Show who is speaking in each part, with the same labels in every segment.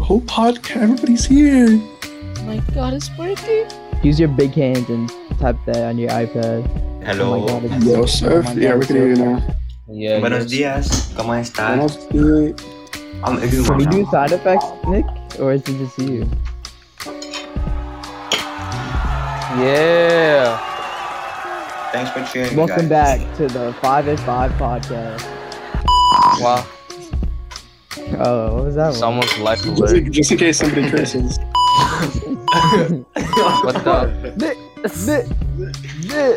Speaker 1: whole podcast. Everybody's here.
Speaker 2: Oh my god, it's working.
Speaker 3: Use your big hands and type that on your iPad.
Speaker 4: Hello.
Speaker 3: Oh my God,
Speaker 1: Yo, Surf. yeah, we can hear you now.
Speaker 5: Yeah.
Speaker 4: Buenos dias. ¿Cómo estás?
Speaker 1: Let's do it.
Speaker 4: I'm
Speaker 3: Can
Speaker 4: everyone.
Speaker 3: we do
Speaker 4: now.
Speaker 3: side effects, Nick? Or is it just you?
Speaker 5: Yeah.
Speaker 4: Thanks for sharing.
Speaker 3: Welcome
Speaker 4: guys.
Speaker 3: back to the 5 at 5 podcast.
Speaker 5: Wow.
Speaker 3: Oh, what was that one?
Speaker 5: Someone's life
Speaker 1: Just,
Speaker 5: alert.
Speaker 1: in- just in case somebody curses.
Speaker 5: What the?
Speaker 3: Nick, Nick, Nick,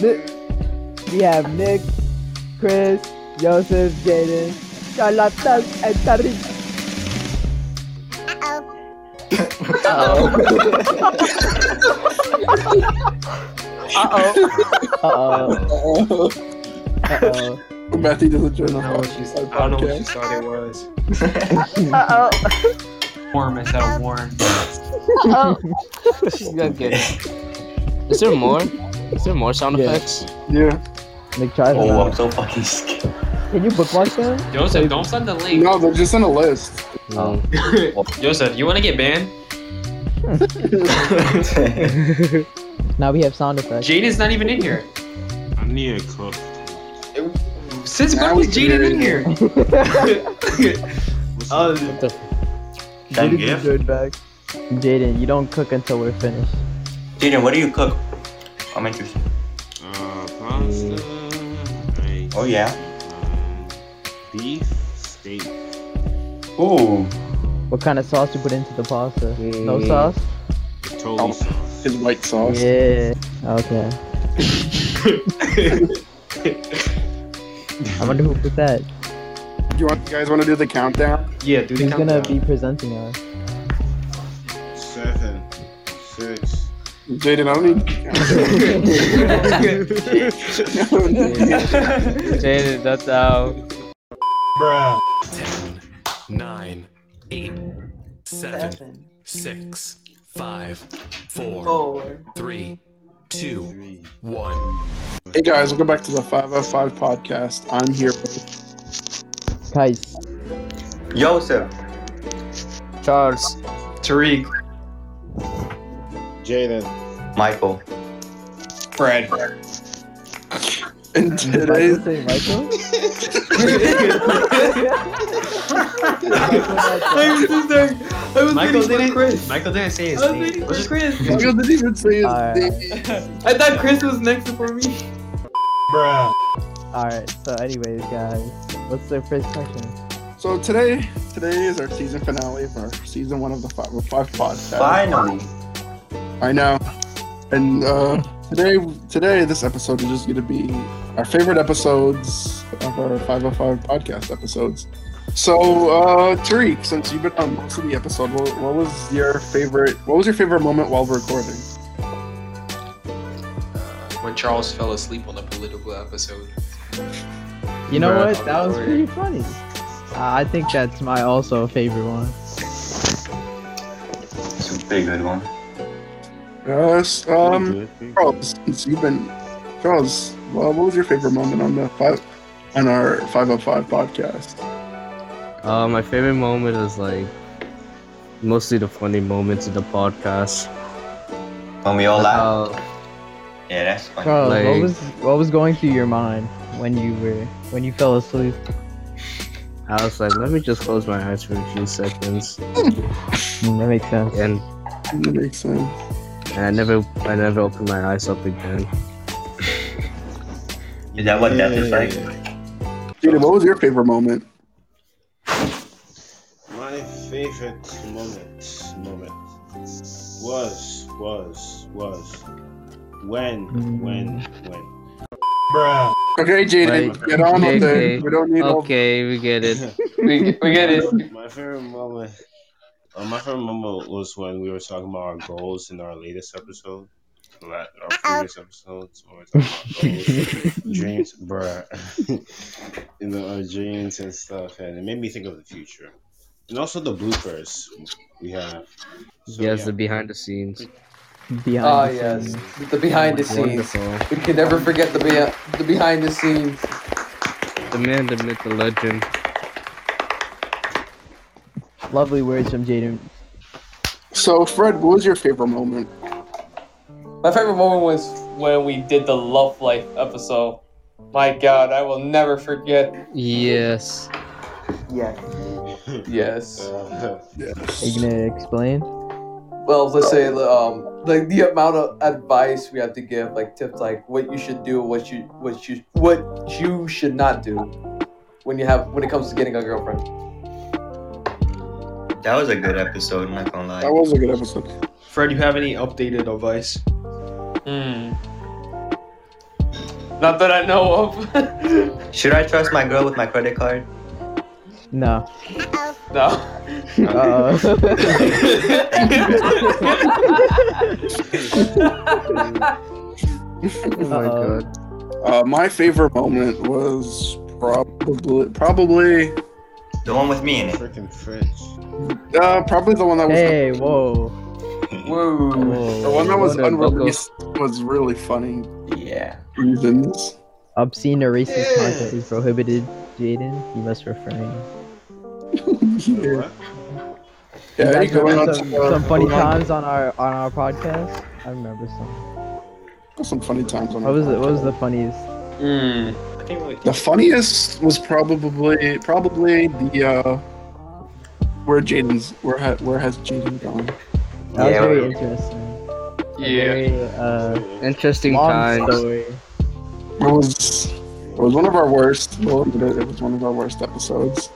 Speaker 3: Nick, Nick. We have Nick, Chris, Joseph, Jaden, Charlotte, and Tariq.
Speaker 5: Uh
Speaker 3: Uh-oh,
Speaker 1: Uh,
Speaker 3: uh-oh.
Speaker 1: Matthew doesn't join the
Speaker 4: I don't know what you,
Speaker 1: podcast.
Speaker 4: I don't know what you thought it was.
Speaker 5: oh.
Speaker 4: Warm instead of warm. Oh.
Speaker 5: She's gonna get it. Is there more? Is there more sound
Speaker 3: Yeah.
Speaker 5: effects?
Speaker 1: Yeah.
Speaker 3: Nick, try that
Speaker 4: Oh, I'm
Speaker 3: out.
Speaker 4: so fucking scared.
Speaker 3: Can you bookmark them?
Speaker 6: Joseph, don't send the link.
Speaker 1: No, they're just on a list.
Speaker 5: No.
Speaker 6: Joseph, you wanna get banned?
Speaker 3: Now we have sound effects.
Speaker 6: Jaden's not even in here.
Speaker 7: I need a cook.
Speaker 6: Since
Speaker 1: Now
Speaker 6: when
Speaker 1: we
Speaker 6: was Jaden in here?
Speaker 5: What the?
Speaker 4: Thank
Speaker 3: Jaden,
Speaker 4: you.
Speaker 3: you good back. Jaden, you don't cook until we're finished.
Speaker 4: Jaden, what do you cook? I'm interested.
Speaker 7: Uh, pasta, rice,
Speaker 4: Oh, yeah.
Speaker 7: um, beef, steak.
Speaker 4: Ooh.
Speaker 3: What kind of sauce you put into the pasta? No
Speaker 5: Mm.
Speaker 3: sauce?
Speaker 7: Totally
Speaker 4: Oh.
Speaker 7: sauce.
Speaker 1: His white sauce.
Speaker 3: Yeah. Okay. I wonder who put that.
Speaker 1: Do you, want, you guys want to do the countdown?
Speaker 6: yeah, dude.
Speaker 3: Who's
Speaker 6: He's
Speaker 3: gonna be presenting us?
Speaker 7: Seven, six.
Speaker 1: Jaden, I don't need. I don't need-
Speaker 5: Jaden, that's out.
Speaker 8: Ten, nine, eight, seven, six, five, four, three, two,
Speaker 7: Three.
Speaker 8: one.
Speaker 1: Hey guys, welcome back to the 505 podcast. I'm here with
Speaker 3: Kais.
Speaker 4: Joseph.
Speaker 5: Charles.
Speaker 6: Tariq.
Speaker 7: Jaden.
Speaker 4: Michael. Fred.
Speaker 1: and
Speaker 3: Michael
Speaker 1: today's
Speaker 3: say Michael?
Speaker 6: Michael didn't. Michael didn't say his name. Let's just-
Speaker 1: Michael didn't even say his
Speaker 3: Alright.
Speaker 1: name.
Speaker 3: Alright, so anyways guys, what's the first question?
Speaker 1: So today, today is our season finale of our season one of the 505 podcast.
Speaker 4: Finally.
Speaker 1: I know. And uh, today, today this episode is just going to be our favorite episodes of our 505 podcast episodes. So, uh, Tariq, since you've been on most of the episode, what, what was your favorite? What was your favorite moment while recording?
Speaker 6: When Charles fell asleep on the political episode.
Speaker 3: You know
Speaker 6: Bruh.
Speaker 3: what? That was pretty funny. Uh, I think that's my also favorite one.
Speaker 4: It's a pretty good one.
Speaker 1: Yes. Um,
Speaker 7: Good, good.
Speaker 1: Charles, since you've been, Charles, well, what was your favorite moment on the five, on our 505 podcast?
Speaker 5: Uh, my favorite moment is like mostly the funny moments of the podcast.
Speaker 4: When we all laugh.
Speaker 5: Uh,
Speaker 4: Yeah, that's funny.
Speaker 3: Charles, what
Speaker 5: Like-
Speaker 3: was what was going through your mind when you were when you fell asleep?
Speaker 5: I was like, let me just close my eyes for a few seconds,
Speaker 3: Mm, that makes sense.
Speaker 5: and,
Speaker 1: That makes sense.
Speaker 5: and I never, I never opened my eyes up again.
Speaker 4: Is that what death is like?
Speaker 1: Jaden, what was your favorite moment?
Speaker 7: My favorite moment, moment was, was, was when,
Speaker 3: Mm.
Speaker 7: when, when.
Speaker 1: Okay, Jaden,
Speaker 5: Like,
Speaker 1: get on with
Speaker 5: okay,
Speaker 1: it. We don't need all
Speaker 5: Okay, we get it.
Speaker 6: We get it.
Speaker 7: My favorite moment. Uh, my favorite moment was when we were talking about our goals in our latest episode, la- our previous episodes. When we were talking about goals, dreams, bruh, you know, our dreams and stuff, and it made me think of the future, and also the bloopers we have. So,
Speaker 5: yes,
Speaker 7: yeah.
Speaker 5: the behind the scenes.
Speaker 3: Behind
Speaker 9: Ah,
Speaker 3: the
Speaker 9: yes.
Speaker 3: scenes.
Speaker 9: The behind the scenes.
Speaker 5: Wonderful.
Speaker 9: We can never forget the, be- the behind the scenes.
Speaker 5: The man, the myth, the legend.
Speaker 3: Lovely words from Jaden.
Speaker 1: So, Fred, what was your favorite moment?
Speaker 9: My favorite moment was when we did the Love Life episode. My God, I will never forget.
Speaker 5: Yes.
Speaker 9: Yes.
Speaker 7: Uh,
Speaker 3: Are you gonna explain?
Speaker 9: Well, let's say um, like the amount of advice we have to give, like tips, like what you should do, what you what you what you should not do when you have when it comes to getting a girlfriend.
Speaker 4: That was a good episode, not gonna lie.
Speaker 1: That was a good episode.
Speaker 6: Fred, you have any updated advice?
Speaker 9: Hmm. Not that I know of.
Speaker 4: Should I trust my girl with my credit card?
Speaker 3: No.
Speaker 9: no.
Speaker 3: Uh-oh.
Speaker 5: Oh my
Speaker 3: Uh-oh.
Speaker 5: god.
Speaker 1: Uh, my favorite moment was probably probably
Speaker 4: The one with me in it.
Speaker 7: freaking French.
Speaker 1: uh, probably the one that was
Speaker 3: hey, whoa.
Speaker 9: Whoa.
Speaker 1: the one that was
Speaker 5: Whoa, buckle.
Speaker 1: unreleased was really funny
Speaker 4: Yeah.
Speaker 1: reasons.
Speaker 3: Obscene or racist content is prohibited. Jaden, you must refrain.
Speaker 1: yeah,
Speaker 7: What?
Speaker 3: you
Speaker 1: yeah
Speaker 3: guys
Speaker 1: going
Speaker 3: remember
Speaker 1: on
Speaker 3: some,
Speaker 1: to, uh,
Speaker 3: some funny
Speaker 1: going on-
Speaker 3: times on our on our podcast. I remember some.
Speaker 1: Some funny times. On
Speaker 3: What was it?
Speaker 1: the,
Speaker 3: What was the funniest?
Speaker 9: Hmm.
Speaker 4: I can't really
Speaker 1: the funniest was probably probably the uh, where Jaden's where ha- where has Jaden gone?
Speaker 3: That
Speaker 4: Yeah,
Speaker 3: was very
Speaker 4: well-
Speaker 3: interesting. A
Speaker 9: Yeah.
Speaker 3: Very, uh,
Speaker 5: Interesting
Speaker 3: long
Speaker 5: times.
Speaker 3: story.
Speaker 1: It was it was one of our worst. Well, it was one of our worst episodes.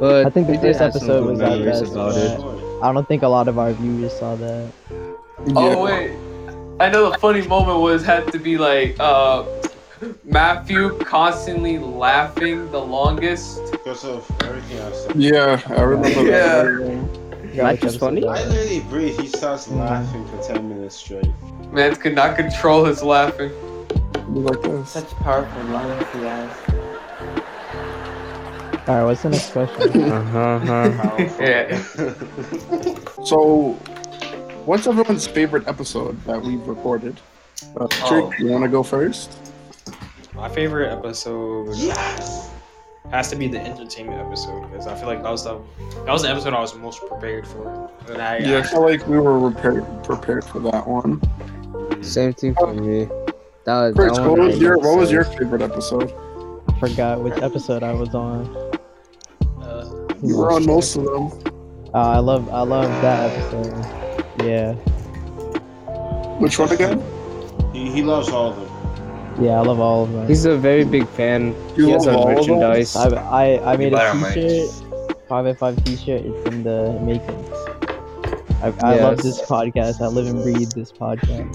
Speaker 5: But
Speaker 3: I think the
Speaker 5: we did
Speaker 3: first
Speaker 5: have some
Speaker 3: episode
Speaker 5: good
Speaker 3: was our
Speaker 5: memories
Speaker 3: best.
Speaker 5: about it.
Speaker 7: Short.
Speaker 3: I don't think a lot of our viewers saw that.
Speaker 1: Yeah.
Speaker 9: Oh wait, I know the funny moment was had to be like uh, Matthew constantly laughing the longest.
Speaker 7: Because of everything I said.
Speaker 1: Yeah, I remember that.
Speaker 3: Like
Speaker 5: just
Speaker 3: episode
Speaker 5: funny?
Speaker 3: that.
Speaker 7: I literally breathe. He starts laughing for 10 minutes straight.
Speaker 9: Man could not control his laughing.
Speaker 1: It was like this.
Speaker 9: powerful lines he has.
Speaker 3: All right, what's the next question?
Speaker 5: Uh huh.
Speaker 9: Yeah.
Speaker 1: So, what's everyone's favorite episode that we've recorded? Uh, Patrick,
Speaker 4: Oh.
Speaker 1: you want to go first?
Speaker 6: My favorite episode
Speaker 7: yes!
Speaker 6: has to be the entertainment episode because I feel like that was the that was the episode I was most prepared for. And I,
Speaker 1: Yeah, I feel like we were prepared prepared for that one.
Speaker 5: Same thing for me. That was,
Speaker 1: Chris,
Speaker 5: that
Speaker 1: what
Speaker 5: one
Speaker 1: was
Speaker 5: I
Speaker 1: your what was
Speaker 5: said.
Speaker 1: your favorite episode?
Speaker 3: I forgot which episode I was on.
Speaker 6: uh,
Speaker 1: You were on most of them.
Speaker 3: Uh, I love, I love that episode. Yeah,
Speaker 1: Which one again?
Speaker 7: He, he loves all of them.
Speaker 3: yeah, I love all of them.
Speaker 5: He's a very big fan.
Speaker 1: You
Speaker 5: he has
Speaker 1: love
Speaker 5: our
Speaker 1: all of us?
Speaker 5: merchandise.
Speaker 3: I, I, I made
Speaker 4: buy
Speaker 3: a
Speaker 4: our merch.
Speaker 3: T-shirt, five at five T-shirt. It's in the making. I, I love
Speaker 5: Yes.
Speaker 3: this podcast. I live and breathe this podcast.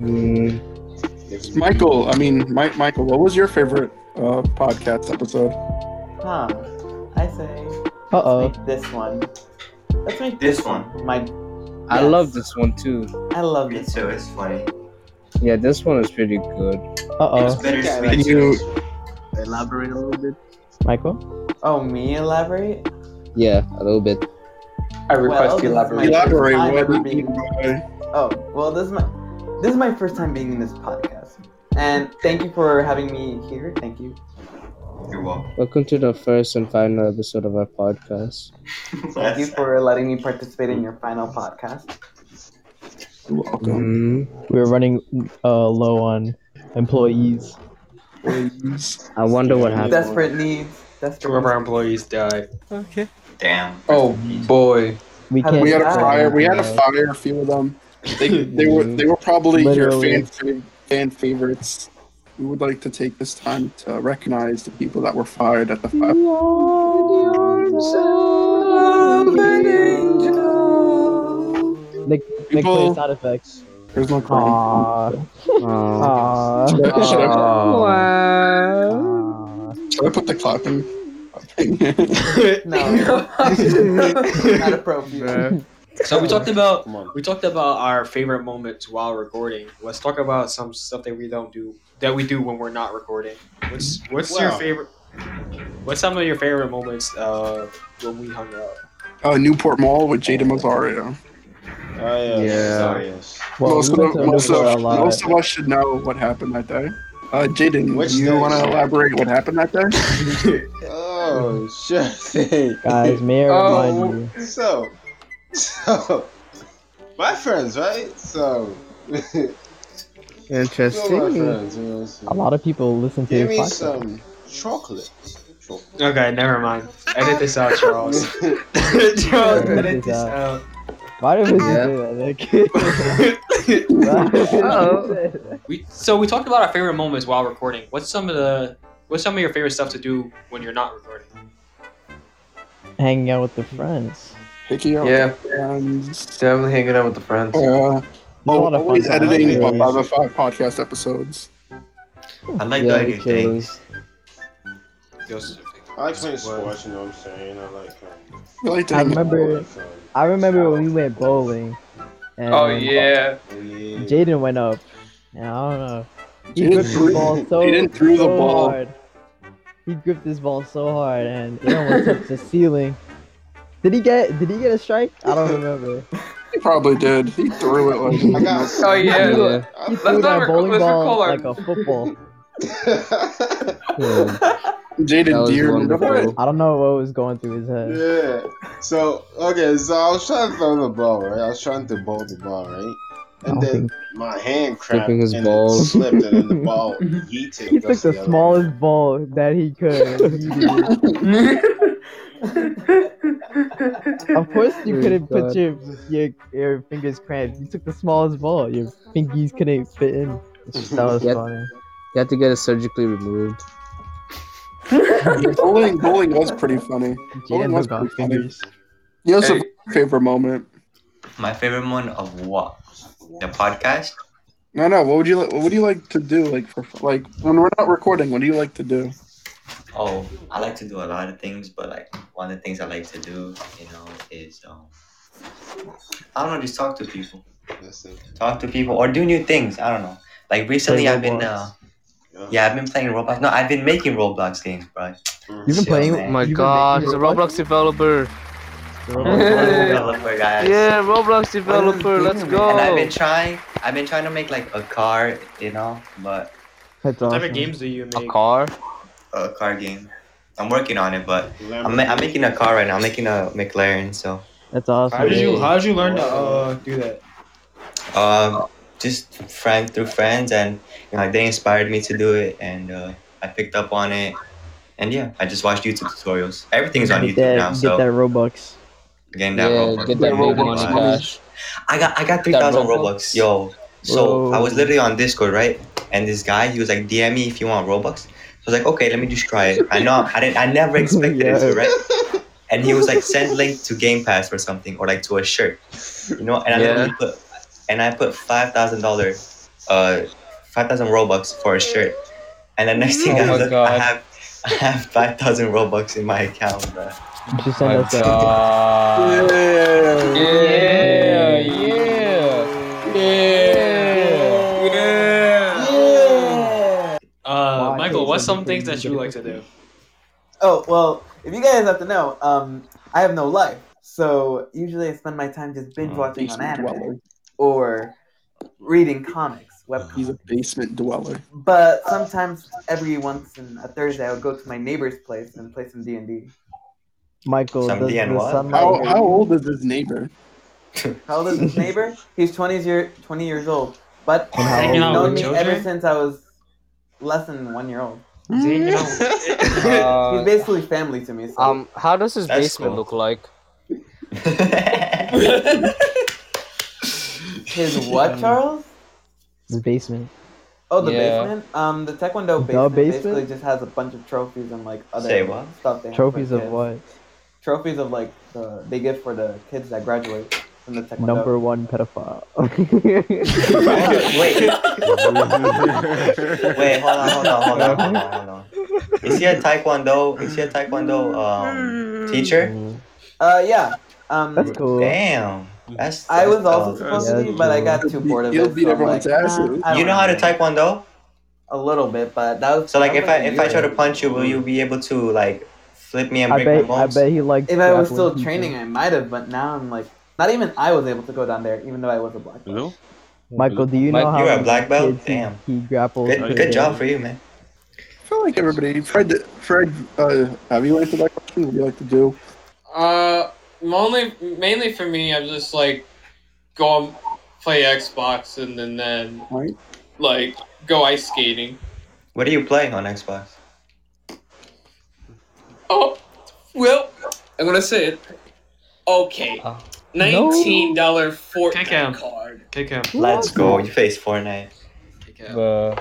Speaker 5: Mm,
Speaker 1: Michael, I mean Mike. Michael, what was your favorite uh, podcast episode?
Speaker 10: Huh. I say
Speaker 3: Uh oh.
Speaker 10: make this one. Let's make
Speaker 4: This
Speaker 10: this,
Speaker 4: one.
Speaker 10: My
Speaker 5: I
Speaker 10: Yes.
Speaker 5: love this one too.
Speaker 10: I love
Speaker 4: Me
Speaker 10: this
Speaker 4: too,
Speaker 10: one.
Speaker 4: it's funny.
Speaker 5: Yeah, this one is pretty good.
Speaker 3: Uh
Speaker 4: It was
Speaker 3: oh.
Speaker 4: bittersweet.
Speaker 1: Can you
Speaker 5: Elaborate a little bit.
Speaker 3: Michael.
Speaker 10: Oh, me elaborate?
Speaker 5: Yeah, a little bit.
Speaker 9: I
Speaker 10: Well,
Speaker 9: request
Speaker 10: this is
Speaker 9: elaborate.
Speaker 10: my
Speaker 1: elaborate?
Speaker 10: first time
Speaker 1: What
Speaker 10: ever
Speaker 1: do you mean
Speaker 10: being-
Speaker 1: by
Speaker 10: Oh, well this is my this is my first time being in this podcast. And thank you for having me here. Thank you.
Speaker 4: You're welcome.
Speaker 5: Welcome to the first and final episode of our podcast.
Speaker 10: Thank you for letting me participate in your final podcast.
Speaker 1: welcome?
Speaker 5: Mm-hmm.
Speaker 3: We were running uh, low on employees.
Speaker 1: please?
Speaker 5: I wonder what happened.
Speaker 10: Desperate needs.
Speaker 6: two of our
Speaker 10: Desperate
Speaker 6: employees died.
Speaker 4: Damn.
Speaker 9: Oh boy.
Speaker 3: We
Speaker 10: How did
Speaker 3: can't.
Speaker 1: We had a
Speaker 10: Yeah.
Speaker 1: fire. We had a fire. A few of them. They, they were they were probably your
Speaker 3: Literally.
Speaker 1: fan fa- fan favorites. We would like to take this time to recognize the people that were fired at the fire.
Speaker 3: Nick, Nick
Speaker 1: People-
Speaker 3: plays sound effects.
Speaker 1: There's no crying.
Speaker 3: Aww.
Speaker 5: Oh.
Speaker 3: Aww.
Speaker 1: Should I, should I-
Speaker 3: Aww.
Speaker 1: should I put the clapping?
Speaker 10: needs. No. Not appropriate.
Speaker 6: So we talked about
Speaker 7: Come on.
Speaker 6: we talked about our favorite moments while recording. Let's talk about some stuff that we don't do that we do when we're not recording. What's what's your
Speaker 7: Wow.
Speaker 6: favorite? What's some of your favorite moments uh, when we hung out?
Speaker 1: uh, Newport Mall with Jada Mazario.
Speaker 7: Oh, yeah.
Speaker 5: Yeah.
Speaker 7: Sorry, yes.
Speaker 3: Well,
Speaker 1: most,
Speaker 3: we
Speaker 1: of,
Speaker 3: went to
Speaker 1: most,
Speaker 3: Newport
Speaker 1: of,
Speaker 3: a lot.
Speaker 1: most of us should know what happened that day. Uh, Jaden,
Speaker 7: Which
Speaker 1: do you
Speaker 7: day?
Speaker 1: want to elaborate what happened that day?
Speaker 7: Oh, Oh, sure thing. Oh,
Speaker 3: Guys, may I remind you?
Speaker 7: so, so, my friends, right? So, so my
Speaker 5: Interesting.
Speaker 7: friends, you know, so-
Speaker 3: A lot of people listen to
Speaker 7: give
Speaker 3: this
Speaker 7: me
Speaker 3: podcast.
Speaker 7: some chocolate.
Speaker 6: Okay, never mind. Edit this out, Charles. Charles,
Speaker 3: Edit
Speaker 6: edit
Speaker 3: this
Speaker 6: this out.
Speaker 3: Why do people
Speaker 5: Yeah.
Speaker 3: do that? Like,
Speaker 5: Uh-oh.
Speaker 6: we so we talked about our favorite moments while recording. What's some of the what's some of your favorite stuff to do when you're not recording?
Speaker 3: Hanging out with the friends.
Speaker 1: Picking up
Speaker 9: Yeah,
Speaker 1: friends.
Speaker 9: definitely hanging out with the friends.
Speaker 1: Uh,
Speaker 3: There's a
Speaker 1: oh,
Speaker 3: lot of fun
Speaker 1: always
Speaker 3: times.
Speaker 1: editing
Speaker 3: Yeah,
Speaker 1: my five of five podcast episodes.
Speaker 4: I like
Speaker 3: yeah,
Speaker 4: the
Speaker 3: we
Speaker 4: idea
Speaker 3: kill
Speaker 4: thing.
Speaker 3: those.
Speaker 7: I like playing sports, you know what I'm saying? I like. um,
Speaker 1: I like to
Speaker 3: I
Speaker 1: have
Speaker 3: remember,
Speaker 7: so-
Speaker 3: I remember when we went bowling. And
Speaker 9: Oh yeah.
Speaker 7: yeah.
Speaker 3: Jaden went up. And I don't know. He
Speaker 1: Jaden
Speaker 3: gripped
Speaker 1: threw-
Speaker 3: the ball so,
Speaker 1: Jaden threw the
Speaker 3: so
Speaker 1: ball.
Speaker 3: hard. He gripped this ball so hard and it almost hit the ceiling. Did he get did he get a strike? I don't remember.
Speaker 1: He probably did. He threw it
Speaker 7: I
Speaker 1: like.
Speaker 7: got.
Speaker 9: Oh yeah.
Speaker 5: Yeah.
Speaker 3: He
Speaker 7: I-
Speaker 3: threw
Speaker 9: not
Speaker 3: that
Speaker 9: rec-
Speaker 3: bowling
Speaker 9: let's
Speaker 3: ball
Speaker 9: recall our-
Speaker 3: like a football.
Speaker 5: Yeah. That
Speaker 1: Jaden
Speaker 5: was
Speaker 1: Deere.
Speaker 5: wonderful.
Speaker 3: I don't know what was going through his head.
Speaker 7: yeah. So okay, so I was trying to throw the ball, right? I was trying to bowl the ball, right? And then my hand cracked
Speaker 5: Flipping his
Speaker 7: and it
Speaker 5: balls.
Speaker 7: slipped, and then the ball yeeted.
Speaker 3: He took
Speaker 7: us
Speaker 3: the
Speaker 7: other way.
Speaker 3: smallest ball that he could. and yeeted it. of course, you
Speaker 5: Oh,
Speaker 3: couldn't
Speaker 5: God.
Speaker 3: put your, your your fingers cramped. You took the smallest ball. Your fingies couldn't fit in. That was
Speaker 5: Yep.
Speaker 3: funny.
Speaker 5: You have to get it surgically removed.
Speaker 1: Bowling, bowling was pretty funny. Bowling was
Speaker 3: Jando
Speaker 1: pretty
Speaker 3: got
Speaker 1: funny.
Speaker 3: fingers.
Speaker 1: Yes,
Speaker 4: Hey.
Speaker 1: favorite moment.
Speaker 4: My favorite moment of what? The podcast?
Speaker 1: No, no. What would you like? What would you like to do? Like for like when we're not recording, what do you like to do?
Speaker 4: Oh, I like to do a lot of things, but like one of the things I like to do, you know, is um, I don't know, just talk to people,
Speaker 7: That's it.
Speaker 4: talk to people, or do new things. I don't know. Like recently, I've been uh, yeah, I've been playing Roblox. No, I've been making Roblox games, bro.
Speaker 3: You've been
Speaker 4: Shit,
Speaker 3: playing.
Speaker 4: man.
Speaker 5: Oh my
Speaker 3: you've been
Speaker 5: god, he's
Speaker 3: making
Speaker 5: a
Speaker 3: Roblox?
Speaker 5: Roblox developer.
Speaker 4: Developer guys.
Speaker 5: Yeah, Roblox developer, let's go.
Speaker 4: And I've been trying. I've been trying to make like a car, you know, but
Speaker 3: That's
Speaker 6: What
Speaker 3: awesome.
Speaker 6: type of games do you
Speaker 5: A
Speaker 6: make?
Speaker 5: car?
Speaker 4: a car game. I'm working on it, but I'm, ma-
Speaker 7: Lamborghini.
Speaker 4: I'm making a car right now. I'm making a McLaren. So,
Speaker 3: That's awesome.
Speaker 6: How did you How did you learn to uh, do that?
Speaker 4: um, just friend through friends, and you know, like they inspired me to do it, and uh, I picked up on it, and yeah, I just watched YouTube tutorials. Everything's on
Speaker 3: Get
Speaker 4: YouTube
Speaker 3: that,
Speaker 4: now,
Speaker 3: get
Speaker 4: so
Speaker 3: that Robux.
Speaker 4: again, that
Speaker 5: Yeah,
Speaker 4: Roblox.
Speaker 5: get that
Speaker 1: That
Speaker 5: big
Speaker 1: Roblox
Speaker 5: money
Speaker 1: money.
Speaker 4: uh,
Speaker 5: cash.
Speaker 4: I got I got three
Speaker 5: That
Speaker 4: thousand
Speaker 5: Roblox?
Speaker 4: Robux, yo. So I was
Speaker 3: Whoa.
Speaker 4: literally on Discord, right? And this guy, he was like, DM me if you want Robux. So I was like, okay, let me just try it. I know I didn't I never expected it
Speaker 3: Yeah.
Speaker 4: to, right? And he was like, send link to Game Pass or something, or like to a shirt. You know, and I
Speaker 5: Yeah.
Speaker 4: literally put and I put five thousand dollar uh five thousand Robux for a shirt. And the next thing
Speaker 5: Oh
Speaker 4: I
Speaker 5: my
Speaker 4: look, I
Speaker 5: God.
Speaker 4: have I have five thousand Robux in my account, bruh.
Speaker 3: You should send us that.
Speaker 1: Yeah.
Speaker 5: Yeah, yeah, yeah.
Speaker 6: Uh,
Speaker 4: Uh,
Speaker 3: Why
Speaker 6: Michael,
Speaker 3: is
Speaker 6: what's some
Speaker 3: everything
Speaker 6: things that you like to do?
Speaker 10: Oh well, if you guys have to know, um, I have no life, so usually I spend my time just binge watching on
Speaker 1: Basement
Speaker 10: anime
Speaker 1: dweller.
Speaker 10: or reading comics, web
Speaker 1: He's a basement dweller.
Speaker 10: But sometimes, every once in a Thursday, I would go to my neighbor's place and play some D and D.
Speaker 3: Michael,
Speaker 4: Some
Speaker 3: does
Speaker 4: DN
Speaker 3: the
Speaker 4: what?
Speaker 3: sunlight
Speaker 1: How
Speaker 3: hurt
Speaker 1: how
Speaker 3: you?
Speaker 1: old is his neighbor?
Speaker 10: How old is this neighbor? He's 20 year, 20 years old, but
Speaker 3: And how
Speaker 10: he's
Speaker 3: old are
Speaker 10: known me
Speaker 6: you?
Speaker 10: ever since I was less than one year old.
Speaker 1: Mm,
Speaker 10: He's
Speaker 5: Uh,
Speaker 10: basically family to me. So.
Speaker 5: um, how does his
Speaker 4: That's
Speaker 5: basement
Speaker 4: cool.
Speaker 5: look like?
Speaker 10: his what, Charles?
Speaker 3: His basement.
Speaker 10: Oh, the
Speaker 5: Yeah.
Speaker 10: basement. Um, the Taekwondo
Speaker 3: The
Speaker 10: basement,
Speaker 3: basement?
Speaker 10: basically just has a bunch of trophies and like other
Speaker 4: Say what?
Speaker 10: stuff. They have for
Speaker 3: Trophies of
Speaker 10: kids.
Speaker 3: what?
Speaker 10: Trophies of like the they give for the kids that graduate from the Taekwondo.
Speaker 3: Number one pedophile.
Speaker 4: Wait. Wait, hold on, hold on, hold on, hold on, hold on. Is he a taekwondo? Is he a taekwondo
Speaker 6: Hmm.
Speaker 4: um, teacher?
Speaker 10: Uh, yeah. Um,
Speaker 3: That's cool.
Speaker 4: Damn, that's.
Speaker 10: I was
Speaker 4: that's
Speaker 10: also
Speaker 4: tough.
Speaker 10: supposed
Speaker 3: Yeah,
Speaker 10: to be, but I got
Speaker 1: He'll
Speaker 10: too
Speaker 1: beat-
Speaker 10: bored of it.
Speaker 1: he'll beat
Speaker 10: so I'm
Speaker 1: everyone's
Speaker 10: like,
Speaker 1: ass,
Speaker 10: nah,
Speaker 1: dude.
Speaker 10: I don't
Speaker 4: You know how to
Speaker 10: wanna do it.
Speaker 4: taekwondo?
Speaker 10: A little bit, but that was
Speaker 4: So like,
Speaker 10: that
Speaker 4: if
Speaker 10: was
Speaker 4: I
Speaker 10: a
Speaker 4: if I
Speaker 10: year
Speaker 4: try to
Speaker 10: ago.
Speaker 4: punch you, will you be able to like flip me and
Speaker 3: I
Speaker 4: break
Speaker 3: bet.
Speaker 4: my
Speaker 3: I
Speaker 4: bones?
Speaker 3: bet he likes.
Speaker 10: If I was still
Speaker 3: grappling people.
Speaker 10: training, I might have, but now I'm like, not even I was able to go down there, even though I was a black belt.
Speaker 7: Hello?
Speaker 3: Michael, do you
Speaker 5: Mike,
Speaker 3: know how
Speaker 4: you're a
Speaker 3: many
Speaker 4: black belt?
Speaker 3: kids he-
Speaker 4: Damn.
Speaker 3: He grapples.
Speaker 4: Good,
Speaker 3: per
Speaker 4: good
Speaker 3: day?
Speaker 4: job for you, man.
Speaker 1: feel like everybody. Fred, Fred, uh, have you answered that question? Would you like to do?
Speaker 11: Uh, only mainly for me, I'm just like go and play Xbox and then then like go ice skating.
Speaker 4: What do you play on Xbox?
Speaker 11: Oh, well, I'm gonna say it. Okay,
Speaker 4: Uh,
Speaker 11: nineteen dollar Fortnite card.
Speaker 6: Kick him.
Speaker 4: Let's go. You face Fortnite.
Speaker 3: No.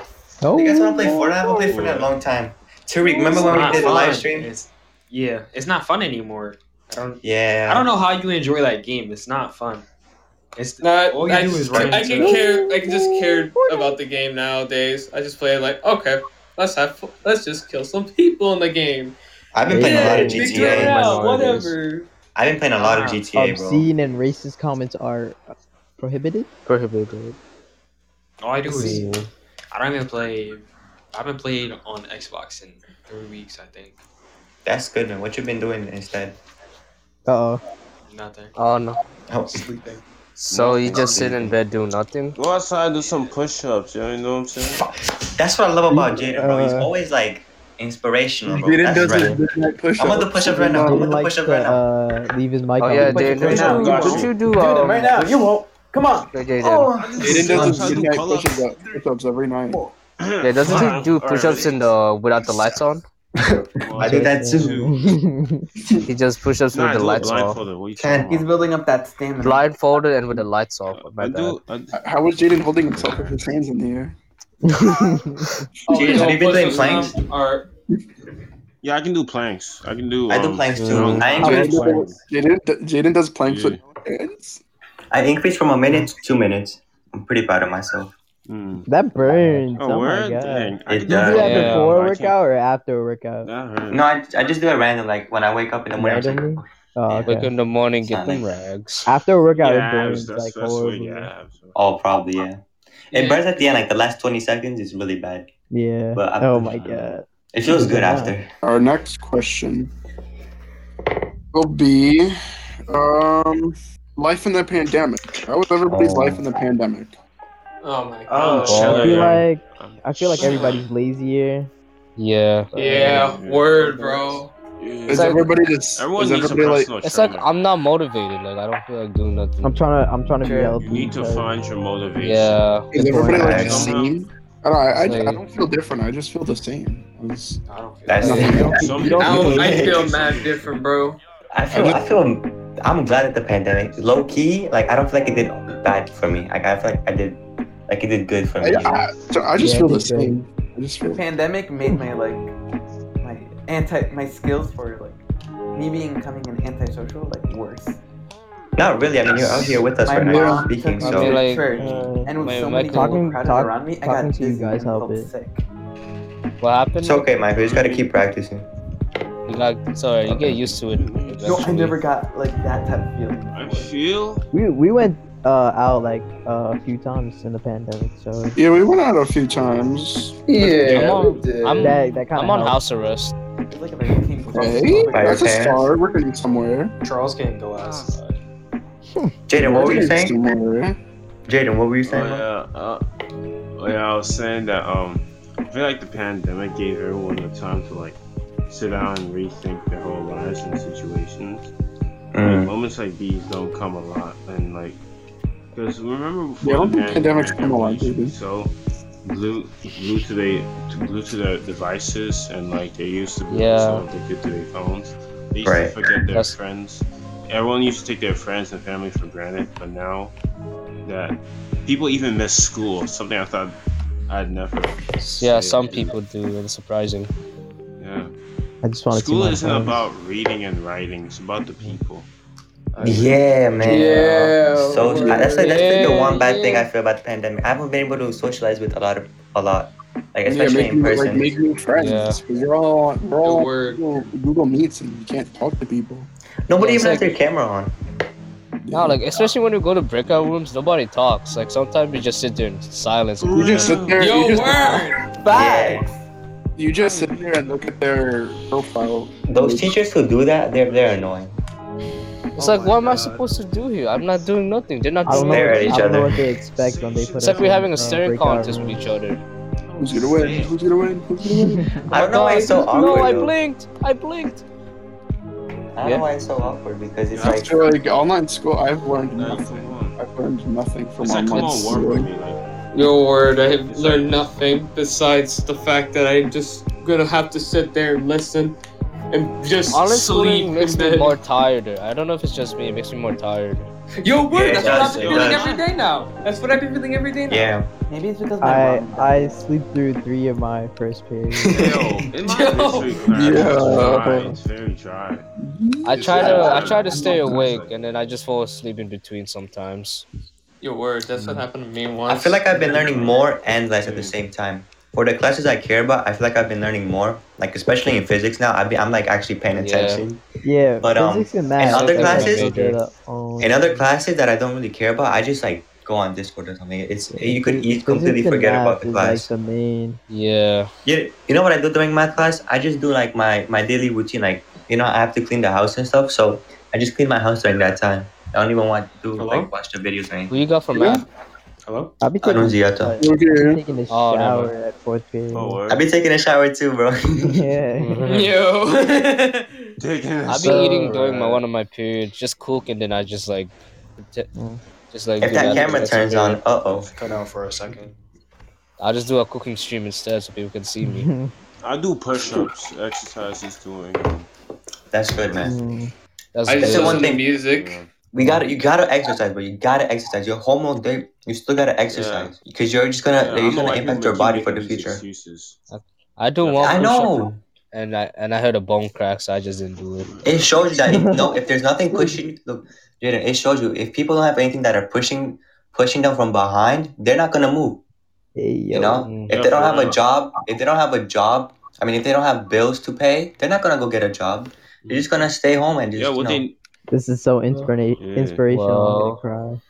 Speaker 4: You guys want to play Fortnite? I haven't played Fortnite in a long time. Tariq, remember
Speaker 6: It's
Speaker 4: when we
Speaker 6: not
Speaker 4: did the
Speaker 6: fun.
Speaker 4: live stream?
Speaker 6: It's- yeah, it's not fun anymore. I don't.
Speaker 4: Yeah.
Speaker 6: I don't know how you enjoy that game. It's not fun. It's
Speaker 11: Nah,
Speaker 6: all you
Speaker 11: I,
Speaker 6: do
Speaker 11: just,
Speaker 6: is run.
Speaker 11: I
Speaker 6: into-
Speaker 11: can care. I can just care about the game nowadays. I just play like okay, let's have fu- let's just kill some people in the game.
Speaker 4: I've been playing a lot of
Speaker 11: Yeah, figure it
Speaker 4: GTA.
Speaker 11: out, whatever.
Speaker 4: I've been playing a lot of
Speaker 3: Um,
Speaker 4: GTA, bro.
Speaker 3: Obscene and racist comments are prohibited.
Speaker 5: Prohibited.
Speaker 6: All I do is
Speaker 5: Yeah.
Speaker 6: I don't even play. I haven't played on Xbox in three weeks. I think
Speaker 4: That's good, man. What you been doing instead?
Speaker 3: Uh oh.
Speaker 6: nothing.
Speaker 5: Oh no.
Speaker 4: Oh,
Speaker 6: Sleeping.
Speaker 5: So you just sit in bed do nothing?
Speaker 7: Go outside, do some push-ups. You know what I'm saying?
Speaker 4: that's what I love about Jaden, bro. He's
Speaker 3: Uh,
Speaker 4: always like inspirational, bro.
Speaker 1: Jaden
Speaker 4: That's
Speaker 1: does
Speaker 4: right.
Speaker 1: his midnight push
Speaker 4: I'm gonna push up right now. I'm gonna
Speaker 3: likes
Speaker 4: push up
Speaker 3: to
Speaker 4: right now.
Speaker 3: uh, leave his mic
Speaker 5: Oh
Speaker 3: on.
Speaker 5: yeah,
Speaker 10: But you
Speaker 5: Jaden.
Speaker 10: could
Speaker 5: Don't
Speaker 10: now.
Speaker 5: you,
Speaker 7: Got
Speaker 5: don't
Speaker 7: you.
Speaker 5: you do
Speaker 10: Do them
Speaker 5: um?
Speaker 10: right now. You won't. Come on. Oh.
Speaker 5: yeah, Jaden.
Speaker 1: Jaden does his
Speaker 7: Sometimes do
Speaker 1: midnight
Speaker 7: pull-ups.
Speaker 1: push ups push ups every night.
Speaker 5: Yeah, doesn't he do
Speaker 7: Alright,
Speaker 5: push-ups in the without the lights on?
Speaker 7: One,
Speaker 4: I do that too.
Speaker 5: He just push-ups
Speaker 7: Nah, I
Speaker 5: with the
Speaker 7: do it
Speaker 5: lights off,
Speaker 7: blindfolded. What you
Speaker 4: Can't-
Speaker 7: talking
Speaker 10: He's
Speaker 7: about?
Speaker 10: building up that stamina.
Speaker 5: blindfolded and with the lights off.
Speaker 7: I
Speaker 5: My bad.
Speaker 7: do. I do.
Speaker 1: How is Jaden holding himself with his hands in the air?
Speaker 11: Oh,
Speaker 4: Jaden,
Speaker 11: no,
Speaker 4: have you been playing
Speaker 11: push-ups
Speaker 4: planks?
Speaker 11: Are
Speaker 7: Yeah, I can do planks. I can do.
Speaker 4: I do
Speaker 7: um,
Speaker 4: planks too.
Speaker 7: um,
Speaker 4: I
Speaker 1: Jaden
Speaker 4: increased,
Speaker 1: does- Jaden Jaden does planks with hands.
Speaker 4: I increased from a minute to two minutes. I'm pretty proud of myself.
Speaker 7: Mm.
Speaker 3: that burns.
Speaker 7: Oh,
Speaker 3: Oh, my
Speaker 7: word?
Speaker 3: god.
Speaker 7: Dang. I
Speaker 4: It
Speaker 7: can
Speaker 3: You
Speaker 4: does.
Speaker 3: do that
Speaker 5: Yeah,
Speaker 3: before a
Speaker 7: I can't-
Speaker 3: workout or after a workout?
Speaker 7: That hurt.
Speaker 4: No, I, I just do it random. Like when I wake up in the morning, I'm just like,
Speaker 5: Randomly?
Speaker 3: Oh,
Speaker 4: Yeah.
Speaker 3: okay.
Speaker 5: Wake up in the morning, get
Speaker 4: Sonic.
Speaker 5: them rags.
Speaker 3: After a workout,
Speaker 7: yeah,
Speaker 3: it
Speaker 7: abs,
Speaker 3: burns
Speaker 7: that's,
Speaker 3: like
Speaker 7: that's what,
Speaker 3: horribly.
Speaker 7: yeah,
Speaker 3: Yeah.
Speaker 7: abs.
Speaker 4: oh, probably yeah. It
Speaker 11: Yeah.
Speaker 4: burns at the end, like the last 20 seconds is really bad. But I-
Speaker 3: Oh my god.
Speaker 4: It feels good
Speaker 3: Yeah.
Speaker 4: after.
Speaker 1: Our next question will be um, life in the pandemic. How was everybody's
Speaker 4: Oh.
Speaker 1: life in the pandemic?
Speaker 11: oh my god.
Speaker 7: Oh,
Speaker 3: I
Speaker 7: shut
Speaker 3: feel
Speaker 7: up.
Speaker 3: like I feel like everybody's lazier.
Speaker 5: Yeah.
Speaker 11: yeah,
Speaker 7: Yeah.
Speaker 11: word, bro.
Speaker 1: Is
Speaker 5: like-
Speaker 1: everybody just?
Speaker 7: Everyone
Speaker 1: is
Speaker 7: needs
Speaker 1: everybody
Speaker 7: a
Speaker 1: like?
Speaker 7: personal
Speaker 5: It's like
Speaker 7: trainer.
Speaker 5: I'm not motivated. Like I don't feel like doing nothing.
Speaker 3: I'm trying to I'm trying to be
Speaker 11: Sure.
Speaker 3: healthy.
Speaker 7: You need to
Speaker 3: but-
Speaker 7: find your motivation.
Speaker 5: Yeah.
Speaker 1: Is everybody like the
Speaker 4: Relax.
Speaker 1: same? I don't, know, I, I,
Speaker 5: Like-
Speaker 1: I don't feel different. I just feel the same. It's
Speaker 6: I don't feel
Speaker 4: That's
Speaker 1: nothing.
Speaker 4: it.
Speaker 1: You don't- you don't
Speaker 11: I,
Speaker 1: feel
Speaker 11: don't- I
Speaker 1: different.
Speaker 11: feel mad different, bro.
Speaker 4: I feel, I feel, I'm glad at the pandemic. Low key, like I don't feel like it did bad for me. Like I feel like I did, like it did good for me.
Speaker 1: I, I, so I just
Speaker 3: Yeah,
Speaker 1: feel
Speaker 3: me
Speaker 1: the
Speaker 3: too.
Speaker 1: same. I just
Speaker 10: The
Speaker 1: feel.
Speaker 10: pandemic made my like my anti my skills for like me being becoming an antisocial like worse.
Speaker 4: Not really. I mean, you're out here with us
Speaker 10: My
Speaker 4: right now,
Speaker 10: mom
Speaker 4: speaking.
Speaker 10: took me
Speaker 5: I mean,
Speaker 4: So
Speaker 10: to
Speaker 5: like,
Speaker 10: church,
Speaker 3: uh,
Speaker 10: and with
Speaker 5: my-
Speaker 10: so
Speaker 5: my
Speaker 10: many people
Speaker 3: talking-
Speaker 10: crowded
Speaker 3: talk-
Speaker 10: around me, I
Speaker 3: talking
Speaker 10: got
Speaker 3: to you
Speaker 10: dizzy
Speaker 3: guys
Speaker 10: and
Speaker 3: help
Speaker 10: felt
Speaker 3: it.
Speaker 10: sick.
Speaker 5: what happened?
Speaker 4: it's okay, Michael. You just gotta keep practicing.
Speaker 5: You got sorry. You get used to it.
Speaker 10: No, I
Speaker 5: eventually.
Speaker 10: never got like that type of feeling.
Speaker 7: I
Speaker 10: before.
Speaker 7: feel.
Speaker 3: We we went uh out like uh, a few times in the pandemic, so
Speaker 1: Yeah, we went out a few times.
Speaker 9: Yeah,
Speaker 5: I'm
Speaker 9: we did.
Speaker 5: I'm-
Speaker 3: that that kind
Speaker 5: I'm
Speaker 3: of
Speaker 5: on house arrest.
Speaker 10: It's like if I came close.
Speaker 1: Hey,
Speaker 4: By your
Speaker 1: that's a
Speaker 4: parents?
Speaker 1: start. We're getting somewhere.
Speaker 6: Charles can go outside.
Speaker 4: Jaden, what were you
Speaker 1: We're
Speaker 4: saying?
Speaker 1: getting somewhere.
Speaker 4: Jaden, what were you
Speaker 7: Oh, yeah,
Speaker 4: saying?
Speaker 7: uh, oh, yeah, I was saying that um, I feel like the pandemic gave everyone the time to like sit down and rethink their whole lives and situations. Like,
Speaker 4: Mm.
Speaker 7: moments like these don't come a lot, and like, because remember
Speaker 1: Yeah, I
Speaker 7: before
Speaker 1: don't think pandemics come a lot,
Speaker 7: everyone
Speaker 1: do they?
Speaker 7: was so glued, glued to their glued to their devices, and like they used to be
Speaker 5: Yeah.
Speaker 7: so addicted to their phones. They used
Speaker 4: Right.
Speaker 7: to forget their
Speaker 5: That's-
Speaker 7: friends. Everyone used to take their friends and family for granted, but now that people even miss school, something I thought I'd never.
Speaker 5: Yeah,
Speaker 7: say.
Speaker 5: some people do. It's surprising.
Speaker 7: Yeah.
Speaker 3: I just want to see
Speaker 7: School
Speaker 3: my
Speaker 7: isn't
Speaker 3: friends.
Speaker 7: about reading and writing; it's about the people.
Speaker 4: Yeah, man.
Speaker 9: Yeah,
Speaker 4: So
Speaker 9: word.
Speaker 4: that's like that's like the
Speaker 5: Yeah,
Speaker 4: one bad thing I
Speaker 5: yeah.
Speaker 4: feel about the pandemic. I haven't been able to socialize with a lot of a lot, like
Speaker 1: Yeah,
Speaker 4: especially
Speaker 1: make
Speaker 4: in
Speaker 1: new,
Speaker 4: person.
Speaker 1: like make new friends.
Speaker 5: Yeah.
Speaker 1: 'cause We're all we're all
Speaker 11: The
Speaker 1: on
Speaker 11: word.
Speaker 1: Google, Google Meets and you can't talk to people.
Speaker 4: Nobody even
Speaker 5: Yeah, it's
Speaker 4: has
Speaker 5: like-
Speaker 4: their camera on.
Speaker 5: No, like especially when you go to breakout rooms, nobody talks. Like sometimes you just sit there in silence.
Speaker 1: you just sit there.
Speaker 11: Yo,
Speaker 1: you, just,
Speaker 11: word.
Speaker 10: Facts.
Speaker 1: you just sit there and look at their profile.
Speaker 4: Those teachers who do that, they're they're annoying.
Speaker 5: It's like, what am I supposed to do here? I'm not doing nothing. They're not
Speaker 3: I don't know.
Speaker 5: doing
Speaker 4: Stare
Speaker 3: What,
Speaker 4: at
Speaker 3: I
Speaker 4: each
Speaker 3: don't know
Speaker 4: other.
Speaker 3: what they expect when they put.
Speaker 5: It's like
Speaker 3: us in,
Speaker 5: we're having
Speaker 3: uh,
Speaker 5: a staring
Speaker 3: breakout
Speaker 5: contest
Speaker 3: room.
Speaker 5: with each other.
Speaker 1: Who's gonna win? Who's gonna win? Who's gonna win?
Speaker 4: I don't know why it's so awkward.
Speaker 2: No, I
Speaker 4: though.
Speaker 2: blinked. I blinked.
Speaker 4: I don't know why it's so awkward because it's like
Speaker 1: After like online school, I've learned nothing. I've learned nothing from
Speaker 4: It's like,
Speaker 1: online
Speaker 4: come on,
Speaker 1: school.
Speaker 4: work with
Speaker 11: No word. I have learned nothing besides the fact that I'm just gonna have to sit there and listen and just
Speaker 5: Honestly,
Speaker 11: sleep
Speaker 5: it
Speaker 11: in
Speaker 5: makes me
Speaker 11: bed.
Speaker 5: more tired. I don't know if it's just me. It makes me more tired.
Speaker 11: Yo, word.
Speaker 5: Yeah, it
Speaker 11: that's
Speaker 5: does, it
Speaker 11: what I've been feeling
Speaker 5: does.
Speaker 11: every day now. That's what I've been feeling every day now.
Speaker 4: Yeah.
Speaker 10: Maybe it's because
Speaker 3: I I sleep through three of my first periods.
Speaker 7: In
Speaker 11: my
Speaker 7: history class, it's dry. It's very dry.
Speaker 5: I
Speaker 7: It's
Speaker 5: try
Speaker 7: very
Speaker 5: to I
Speaker 7: dry.
Speaker 5: try to stay awake, and then I just fall asleep in between sometimes.
Speaker 11: Your word. That's what happened to me
Speaker 4: I
Speaker 11: once.
Speaker 4: feel like I've been learning more and less at the same time. For the classes I care about, I feel like I've been learning more. Like especially in physics now, I've been, I'm like actually paying attention.
Speaker 3: yeah,
Speaker 4: But, um,
Speaker 3: physics and math.
Speaker 4: in other
Speaker 3: are
Speaker 4: classes-
Speaker 3: like their own-
Speaker 4: In other classes that I don't really care about, I just like go on Discord or something. It's you could you completely
Speaker 3: Physics and
Speaker 4: forget about
Speaker 3: math
Speaker 4: the
Speaker 3: is
Speaker 4: class.
Speaker 3: like the main.
Speaker 5: Yeah.
Speaker 4: Yeah, you know what I do during my class? I just do like my my daily routine. Like you know, I have to clean the house and stuff, so I just clean my house during that time. I don't even want to like watch the videos or anything.
Speaker 5: Who you got from math?
Speaker 4: Hello.
Speaker 3: I'll be taking,
Speaker 4: Annunziata.
Speaker 3: I'll be taking a
Speaker 4: Oh, never
Speaker 3: shower at fourth period.
Speaker 7: Oh,
Speaker 4: I've been taking a shower too, bro.
Speaker 3: yeah.
Speaker 11: Yo.
Speaker 5: I've been eating during my one of my periods, just cook, and then I just like, t- just like.
Speaker 4: If
Speaker 5: do
Speaker 4: that
Speaker 5: other
Speaker 4: camera
Speaker 5: stuff.
Speaker 4: turns on, uh oh.
Speaker 6: Cut out for a second.
Speaker 5: I'll just do a cooking stream instead, so people can see me.
Speaker 7: I do push-ups, exercises doing.
Speaker 4: That's good, man.
Speaker 5: That's
Speaker 4: I
Speaker 5: good.
Speaker 4: just said one thing.
Speaker 11: Music.
Speaker 4: We gotta, you gotta exercise, bro. You gotta exercise. Your hormones, they, you still gotta exercise because you're just gonna,
Speaker 7: Yeah,
Speaker 4: you're
Speaker 7: I'm
Speaker 4: gonna
Speaker 7: like,
Speaker 4: impact
Speaker 7: you
Speaker 4: your
Speaker 7: keep
Speaker 4: body for the
Speaker 7: making these
Speaker 4: future.
Speaker 7: Excuses.
Speaker 5: I do one.
Speaker 4: I
Speaker 5: push-up,
Speaker 4: know.
Speaker 5: And I and I heard a bone crack, so I just didn't do it.
Speaker 4: It shows that if, no, if there's nothing pushing, look, Jaden, it shows you if people don't have anything that are pushing, pushing them from behind, they're not gonna move. You
Speaker 7: mm.
Speaker 4: know, if they don't have a job, if they don't have a job, I mean, if they don't have bills to pay, they're not gonna go get a job. They're just gonna stay home and just, you know,
Speaker 3: This is so inspira- inspirational. I'm gonna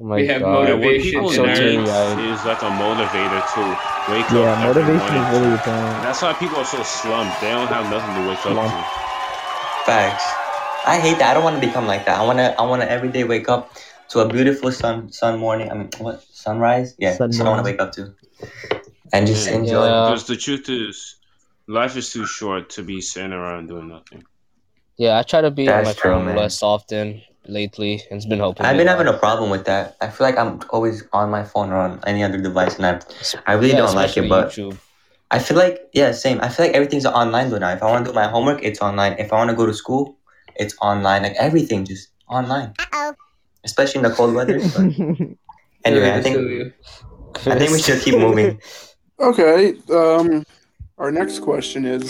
Speaker 5: Oh
Speaker 3: my
Speaker 7: We have
Speaker 3: God.
Speaker 7: Yeah, what
Speaker 3: motivation
Speaker 7: people
Speaker 3: in our-
Speaker 7: do is like a motivator too. Wake
Speaker 3: cry. Yeah,
Speaker 7: up every
Speaker 3: motivation
Speaker 7: morning.
Speaker 3: is really important.
Speaker 7: That's why people are so slumped. They don't have nothing to wake up to.
Speaker 4: Facts. I hate that. I don't want to become like that. I wanna I wanna every day wake up to a beautiful sun sun morning. I mean what sunrise? Yeah, that's what I wanna
Speaker 7: Sunrise.
Speaker 4: wake up to. And just
Speaker 7: Yeah.
Speaker 4: enjoy.
Speaker 7: Because the truth is, life is too short to be sitting around doing nothing.
Speaker 5: Yeah, I try to be on
Speaker 4: That's
Speaker 5: my
Speaker 4: true,
Speaker 5: phone
Speaker 4: man.
Speaker 5: less often lately, and it's been helping.
Speaker 4: I've
Speaker 5: me
Speaker 4: been
Speaker 5: a
Speaker 4: having
Speaker 5: lot.
Speaker 4: a problem with that. I feel like I'm always on my phone or on any other device, and I, I really
Speaker 5: Yeah,
Speaker 4: don't like it.
Speaker 5: especially
Speaker 4: But
Speaker 5: YouTube.
Speaker 4: I feel like yeah, same. I feel like everything's online though now. If I want to do my homework, it's online. If I want to go to school, it's online. Like everything, just online. Especially in the cold weather. but- anyway, I think I think we should keep moving.
Speaker 1: Okay. Um, our next question is: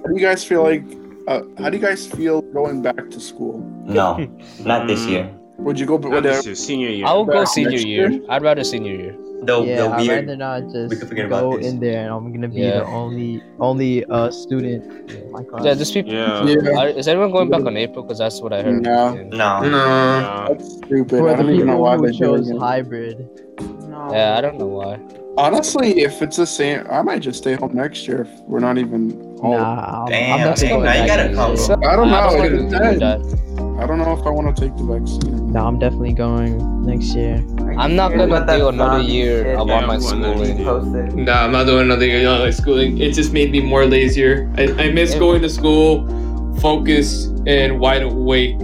Speaker 1: How do you guys feel like? Uh, how do you guys feel going back to school?
Speaker 4: No, not this year.
Speaker 1: Would you go? But
Speaker 7: Not
Speaker 1: whatever.
Speaker 7: this year, senior year.
Speaker 5: I will go
Speaker 1: Back
Speaker 5: senior
Speaker 1: next
Speaker 5: year.
Speaker 1: year?
Speaker 5: I'd rather senior year.
Speaker 4: The,
Speaker 3: yeah, I'd rather not just
Speaker 5: forget about
Speaker 3: go
Speaker 5: this.
Speaker 3: in there, and I'm gonna be
Speaker 5: Yeah.
Speaker 3: the only only uh student. in my class.
Speaker 5: Yeah, there's people.
Speaker 7: Yeah.
Speaker 5: Are, is everyone going back on April? Because that's what I heard.
Speaker 1: No.
Speaker 4: No.
Speaker 7: No.
Speaker 1: That's stupid.
Speaker 3: For
Speaker 1: I
Speaker 3: the
Speaker 1: don't even know
Speaker 3: people
Speaker 1: why
Speaker 3: who
Speaker 1: they chose.
Speaker 3: chose hybrid.
Speaker 5: Yeah, I don't know why.
Speaker 1: Honestly, if it's the same, I might just stay home next year. If we're not even. All...
Speaker 3: Nah,
Speaker 4: Damn, I'm not dang, going now you back gotta next come, year. bro.
Speaker 1: I
Speaker 4: I
Speaker 1: don't know.
Speaker 4: don't
Speaker 1: it
Speaker 4: wanna do
Speaker 1: depends. I don't know if I want to take the vaccine.
Speaker 3: No, I'm definitely going next year.
Speaker 5: I'm not gonna do another year of
Speaker 7: Yeah,
Speaker 5: all my
Speaker 7: I'm going next
Speaker 5: schooling.
Speaker 11: Nah, I'm not doing another year of like schooling. It just made me more lazier. I, I miss
Speaker 5: Yeah.
Speaker 11: going to school, focused and wide awake.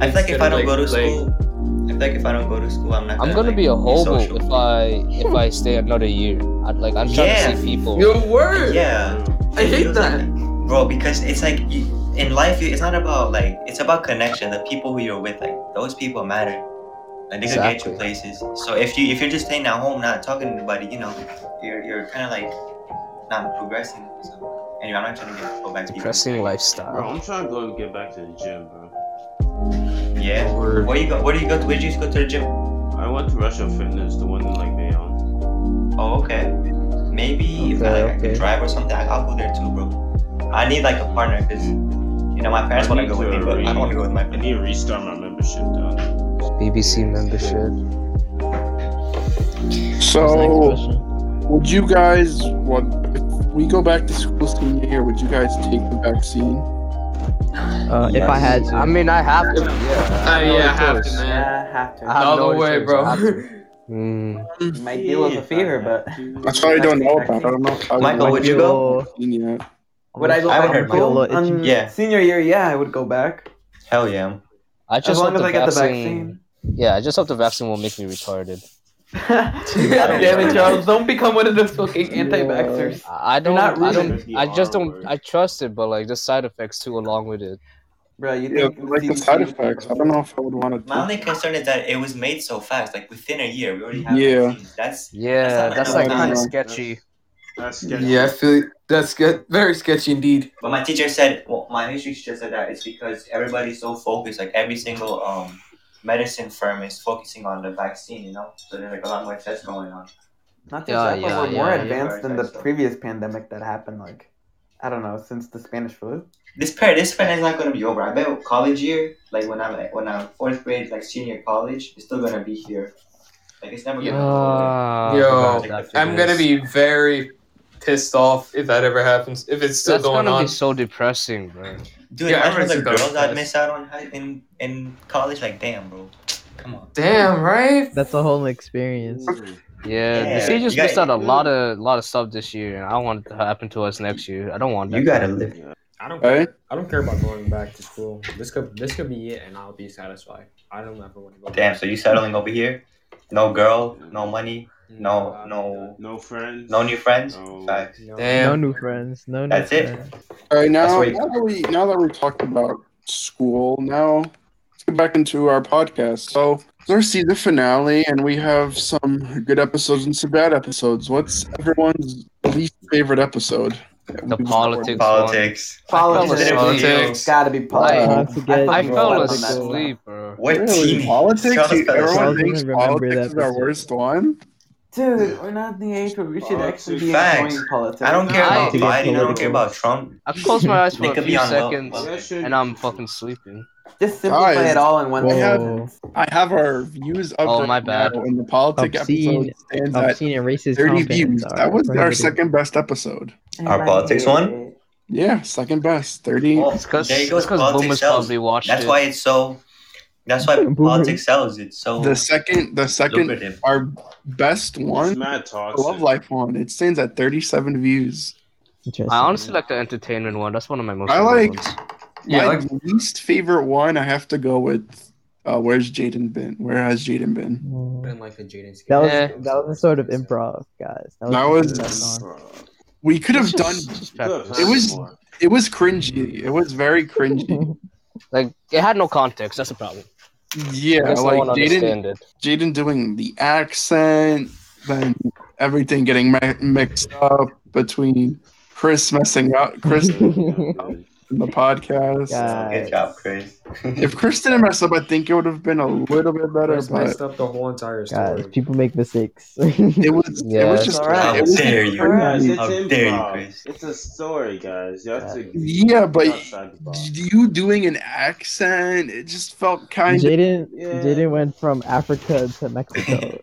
Speaker 4: I feel like if
Speaker 11: Instead
Speaker 4: I
Speaker 11: of,
Speaker 4: don't go to
Speaker 11: like-
Speaker 4: school, I feel like if I don't go to school, I'm not.
Speaker 5: I'm gonna
Speaker 4: like,
Speaker 5: be a hobo
Speaker 4: social.
Speaker 5: if I if I stay another year. I'd like I'm trying
Speaker 4: Yeah.
Speaker 5: to see people.
Speaker 11: Your word.
Speaker 4: Yeah,
Speaker 11: I hate that.
Speaker 4: bro. Because it's like you, in life, you, it's not about like it's about connection. The people who you're with, like those people matter. Like they can get you
Speaker 5: Exactly.
Speaker 4: places. So if you if you're just staying at home, not talking to anybody, you know, you're you're kind of like not progressing. So anyway, I'm not trying to get go back to you.
Speaker 5: Depressing
Speaker 7: Bro,
Speaker 5: lifestyle.
Speaker 7: I'm trying to go and get back to the gym, bro.
Speaker 4: Yeah.
Speaker 7: Word.
Speaker 4: Where you go? Where do you go? To, where do you go to the gym?
Speaker 7: I went to Russia Fitness, the one in like Bayonne.
Speaker 4: Oh, okay. Maybe if I like I
Speaker 3: Okay, okay.
Speaker 4: could drive or something, I- I'll go there too, bro. I need like a partner because you know my parents want to
Speaker 7: need
Speaker 4: go with me,
Speaker 7: to
Speaker 4: but I don't want to go with my
Speaker 7: I need to restart my membership though.
Speaker 5: BBC membership.
Speaker 1: So, would you guys want if we go back to school senior year? Would you guys take the vaccine?
Speaker 3: Uh, If I had to,
Speaker 5: I mean, I have to. Yeah.
Speaker 11: I, yeah, I have to, man.
Speaker 10: Yeah, have to.
Speaker 5: I have
Speaker 11: No other way,
Speaker 5: choice.
Speaker 11: bro.
Speaker 5: I have to. Hmm.
Speaker 10: Might deal with a fever, but
Speaker 1: That's what I don't know about. I don't know. if I
Speaker 10: Michael,
Speaker 1: like
Speaker 10: would you go?
Speaker 1: Yeah.
Speaker 10: Would I go
Speaker 4: I would
Speaker 10: back?
Speaker 4: hurt my
Speaker 10: Go?
Speaker 4: wallet.
Speaker 10: Um,
Speaker 4: Yeah.
Speaker 10: Senior year, yeah, I would go back.
Speaker 4: Hell yeah.
Speaker 12: I
Speaker 10: As
Speaker 12: just
Speaker 10: long
Speaker 12: hope
Speaker 10: as
Speaker 12: the
Speaker 10: I get the
Speaker 12: vaccine. Yeah, I just hope the vaccine won't make me retarded.
Speaker 10: God damn it, Charles! Don't become one of those fucking anti-vaxxers.
Speaker 12: I don't.
Speaker 10: You're not
Speaker 12: I
Speaker 10: rude.
Speaker 12: don't. I just don't. I trust it, but like the side effects too along with it.
Speaker 10: Bro, you
Speaker 1: Yeah, like the side effects. I don't know if I would want
Speaker 4: My
Speaker 1: to.
Speaker 4: only concern is that it was made so fast, like within a year. We already have
Speaker 1: Yeah.
Speaker 4: vaccines. That's
Speaker 12: Yeah,
Speaker 4: not
Speaker 12: that's
Speaker 4: enough
Speaker 12: like kind
Speaker 4: time.
Speaker 12: of sketchy.
Speaker 7: That's
Speaker 9: Yeah, I feel that's good. Very sketchy indeed.
Speaker 4: But my teacher said, well, my history teacher said that it's because everybody's so focused. Like every single um medicine firm is focusing on the vaccine, you know. So there's like a lot more tests going on.
Speaker 10: Not
Speaker 5: Oh,
Speaker 12: Yeah,
Speaker 10: just that,
Speaker 12: yeah,
Speaker 10: but we're more
Speaker 12: yeah,
Speaker 10: advanced
Speaker 4: yeah.
Speaker 10: than the previous pandemic that happened. Like, I don't know, since the Spanish flu.
Speaker 4: This pair, this pair is not gonna be over. I bet college year, like when I'm like when I'm fourth grade, like senior college, it's still gonna be here. Like it's never gonna
Speaker 5: Uh,
Speaker 12: Ah,
Speaker 4: go away.
Speaker 11: Yo, I'm gonna be very pissed off if that ever happens. If it's still
Speaker 12: That's
Speaker 11: going
Speaker 12: gonna
Speaker 11: on.
Speaker 12: be so depressing, bro.
Speaker 4: Dude, imagine
Speaker 11: Yeah,
Speaker 4: the
Speaker 11: everyone's
Speaker 4: girls
Speaker 11: gonna
Speaker 4: that
Speaker 11: test.
Speaker 4: miss out on high, in in college. Like, damn, bro. Come on.
Speaker 11: Damn right.
Speaker 3: That's a whole experience.
Speaker 12: Yeah,
Speaker 4: Yeah,
Speaker 12: the Sea just
Speaker 4: you
Speaker 12: missed
Speaker 4: got-
Speaker 12: out a lot of lot of stuff this year, and I don't want it to happen to us next year. I don't want that.
Speaker 4: You gotta live.
Speaker 6: I don't.
Speaker 1: Right?
Speaker 6: I don't care about going back to school. This could this could be it, and I'll be satisfied. I don't ever want to go.
Speaker 4: Damn,
Speaker 6: back.
Speaker 4: so you settling over here? No girl, no money, no no
Speaker 7: no friends,
Speaker 4: no new friends. Facts.
Speaker 3: No new friends. No new
Speaker 4: That's it.
Speaker 3: friends.
Speaker 1: All right, now,
Speaker 4: That's what you-
Speaker 1: now that we now that we talked about school, now let's get back into our podcast. So it's our season finale, and we have some good episodes and some bad episodes. What's everyone's least favorite episode? The
Speaker 12: politics
Speaker 4: Politics.
Speaker 10: Politics.
Speaker 12: Politics.
Speaker 10: Gotta be politics.
Speaker 12: Like, I,
Speaker 10: fucking
Speaker 12: fell
Speaker 10: love that one.
Speaker 12: asleep, bro.
Speaker 4: What
Speaker 1: Really?
Speaker 4: team?
Speaker 1: Politics? You- Everyone
Speaker 3: Charles doesn't
Speaker 1: thinks
Speaker 3: remember
Speaker 1: politics is
Speaker 3: that
Speaker 1: our
Speaker 3: episode.
Speaker 1: worst one.
Speaker 10: Dude, we're not in the age where we should actually be
Speaker 4: Facts.
Speaker 10: enjoying politics.
Speaker 4: I don't care about
Speaker 12: I-
Speaker 4: Biden. I don't care about Trump.
Speaker 12: I closed my eyes for
Speaker 4: They
Speaker 12: a
Speaker 4: could be
Speaker 12: few
Speaker 4: on low-
Speaker 12: seconds,
Speaker 4: low.
Speaker 12: and I'm fucking sleeping.
Speaker 10: Just simplify
Speaker 1: Guys,
Speaker 10: it all in one
Speaker 1: I have,
Speaker 10: sentence.
Speaker 1: I have our views up
Speaker 12: Oh,
Speaker 1: right
Speaker 12: my bad.
Speaker 1: now, and the politic
Speaker 3: Obscene,
Speaker 1: episode stands at
Speaker 3: obscene and racist
Speaker 1: 30
Speaker 3: comments.
Speaker 1: views.
Speaker 3: are
Speaker 1: That was our
Speaker 3: prohibited.
Speaker 1: second best episode.
Speaker 4: Our politics one.
Speaker 1: Yeah, second best. 30.
Speaker 4: Well,
Speaker 12: Cause,
Speaker 4: Oh, there you go.
Speaker 12: it's 'cause
Speaker 4: Politics
Speaker 12: boomers
Speaker 4: sells.
Speaker 12: probably watched
Speaker 4: That's
Speaker 12: it.
Speaker 4: why it's so. That's why politics sells. It's so.
Speaker 1: The second, the second,
Speaker 4: Lucrative.
Speaker 1: our best
Speaker 7: It's
Speaker 1: one,
Speaker 7: mad
Speaker 1: the
Speaker 7: toxic.
Speaker 1: Love Life one. It stands at 37 views.
Speaker 3: Interesting.
Speaker 12: I honestly like the entertainment one. That's one of my most.
Speaker 1: I
Speaker 12: favorite
Speaker 1: like-
Speaker 12: ones.
Speaker 1: My least favorite one, I have to go with. Uh, where's Jaden been? Where has Jaden been?
Speaker 3: Mm.
Speaker 6: Been like a Jaden
Speaker 3: That was
Speaker 12: Eh.
Speaker 3: that was a sort of improv, guys.
Speaker 1: That
Speaker 3: the
Speaker 1: was-
Speaker 3: song.
Speaker 1: We could have done.
Speaker 12: Just- just
Speaker 7: Good.
Speaker 12: practice.
Speaker 1: It was. It was cringy. It was very cringy.
Speaker 12: like it had no context. That's the problem. I
Speaker 1: Yeah,
Speaker 12: guess no
Speaker 1: like
Speaker 12: one
Speaker 1: Jaden.
Speaker 12: understand it.
Speaker 1: Jaden doing the accent, then everything getting mi- mixed up between Chris messing up Chris in the podcast.
Speaker 4: Good
Speaker 3: Guys,
Speaker 4: job, Chris.
Speaker 1: If Chris didn't mess up, I think it would have been a little bit better.
Speaker 6: Chris
Speaker 1: But
Speaker 6: messed up the whole entire story.
Speaker 3: guys, people make mistakes.
Speaker 1: it was it
Speaker 12: Yeah,
Speaker 1: was just
Speaker 10: all right.
Speaker 1: it
Speaker 4: How
Speaker 1: was-
Speaker 4: dare you?
Speaker 7: Guys, it's
Speaker 4: How dare you,
Speaker 7: improv.
Speaker 4: Chris?
Speaker 7: It's a story, guys. You have to
Speaker 1: yeah, but
Speaker 7: outside the box.
Speaker 1: you doing an accent, it just felt kind of
Speaker 3: Jaden
Speaker 7: Yeah.
Speaker 3: Jaden went from Africa to Mexico.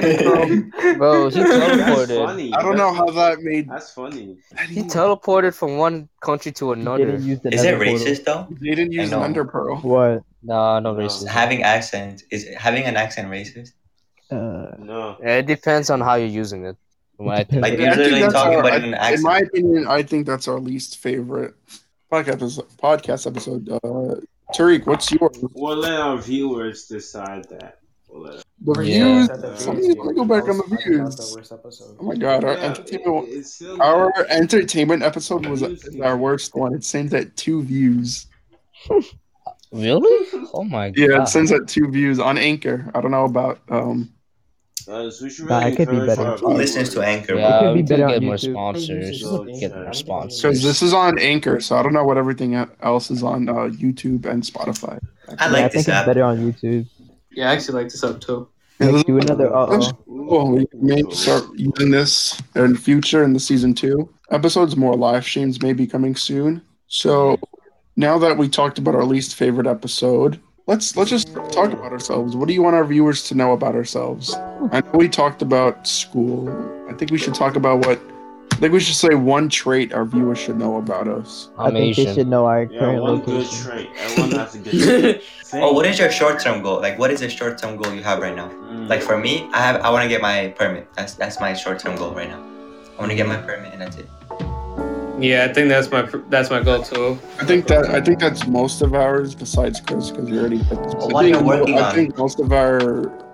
Speaker 12: Bro, he
Speaker 7: That's
Speaker 12: teleported.
Speaker 7: funny.
Speaker 1: I don't know how that made
Speaker 7: That's funny.
Speaker 12: he teleported from one country to another.
Speaker 3: Jaden used
Speaker 4: Is it
Speaker 3: another portal.
Speaker 4: racist though?
Speaker 1: they didn't use an
Speaker 4: know.
Speaker 1: underpearl.
Speaker 3: What?
Speaker 12: Nah, no racism.
Speaker 4: Having accent is having an accent racist?
Speaker 3: Uh,
Speaker 7: No.
Speaker 12: It depends on how you're using it. When I think
Speaker 4: Like
Speaker 12: about
Speaker 4: you're
Speaker 1: I think
Speaker 4: literally
Speaker 1: that's
Speaker 4: talking
Speaker 1: our-
Speaker 4: about
Speaker 1: I-
Speaker 4: it in an
Speaker 1: In my
Speaker 4: accent.
Speaker 1: opinion, I think that's our least favorite podcast episode. Podcast episode. Uh, Tariq, what's yours?
Speaker 7: We'll let our viewers decide that. We'll let
Speaker 1: The
Speaker 12: Yeah.
Speaker 1: views. Somebody's gonna go back on the views. Oh my god, our entertainment.
Speaker 7: it's still-
Speaker 1: Our entertainment episode was is our worst one. It sends at two views.
Speaker 12: Really? Oh my god.
Speaker 1: Yeah, it sends at two views on Anchor. I don't know about um.
Speaker 7: Guys, we should
Speaker 3: Nah,
Speaker 7: really
Speaker 3: it could be
Speaker 7: encourage
Speaker 3: better.
Speaker 7: our
Speaker 4: Who listens to
Speaker 7: viewers.
Speaker 4: Anchor? bro?
Speaker 12: Yeah,
Speaker 3: could be
Speaker 12: we could
Speaker 3: better
Speaker 12: get
Speaker 3: on
Speaker 12: more
Speaker 3: YouTube.
Speaker 12: sponsors.
Speaker 7: Oh,
Speaker 12: Get more
Speaker 7: Jesus.
Speaker 1: Because
Speaker 12: sponsors.
Speaker 1: this is on Anchor, so I don't know what everything else is on uh, YouTube and Spotify.
Speaker 4: I
Speaker 3: yeah, I
Speaker 4: like
Speaker 3: think
Speaker 4: this
Speaker 3: it's
Speaker 4: app.
Speaker 3: better on YouTube.
Speaker 11: Yeah, I actually like this up too.
Speaker 3: Like, do another. uh, Uh-oh.
Speaker 1: Well, we may start using this in future in the season two episodes. More live streams may be coming soon. So now that we talked about our least favorite episode, let's let's just talk about ourselves. What do you want our viewers to know about ourselves? I know we talked about school. I think we should talk about what think we should say one trait our viewers should know about us.
Speaker 3: I think they should know our current location.
Speaker 7: trait. Everyone has a good trait.
Speaker 4: Oh, what is your short-term goal? Like, what is the short-term goal you have right now?
Speaker 7: Mm.
Speaker 4: Like for me, I have I want to get my permit. That's that's my short-term goal right now. I want to get my permit, and that's it.
Speaker 11: Yeah, I think that's my that's my goal too.
Speaker 1: I think that I think that's most of ours besides Chris because we already. Picked
Speaker 4: Well, what are
Speaker 1: I,
Speaker 4: you
Speaker 1: think,
Speaker 4: working
Speaker 1: I
Speaker 4: on?
Speaker 1: think most of our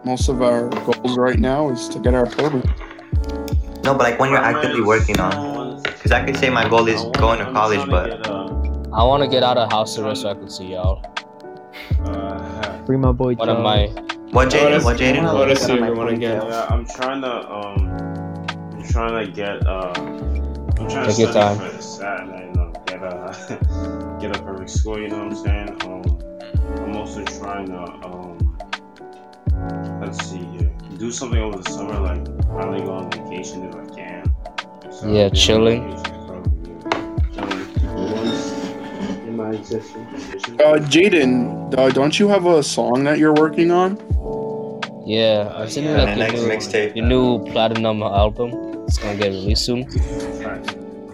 Speaker 1: most of our goals right now is to get our permit.
Speaker 4: No, but like when you're actively working on, because I could say my goal is going to college, but
Speaker 12: I want to get out of house arrest so I can see y'all.
Speaker 3: Free my boy.
Speaker 12: What am I?
Speaker 3: Jones.
Speaker 4: What
Speaker 7: Jaden?
Speaker 4: What Jaden?
Speaker 7: What
Speaker 11: is it
Speaker 7: you
Speaker 11: we wanna get?
Speaker 7: Yeah, I'm trying to um, I'm trying to get uh, I'm trying to
Speaker 12: Take your
Speaker 7: study
Speaker 12: time.
Speaker 7: for the SAT, like, you know, get a get a perfect score. You know what I'm saying? Um, I'm also trying to um, let's see here, do something over the summer, like probably go on vacation if I can. So,
Speaker 12: Yeah, chilling.
Speaker 7: Once in my existing position.
Speaker 1: Uh, Jaden, uh, don't you have a song that you're working on?
Speaker 12: Yeah, I've seen
Speaker 1: yeah.
Speaker 12: like
Speaker 1: The
Speaker 12: your
Speaker 1: next
Speaker 12: new,
Speaker 1: mixtape.
Speaker 12: your new platinum album. It's gonna get released soon.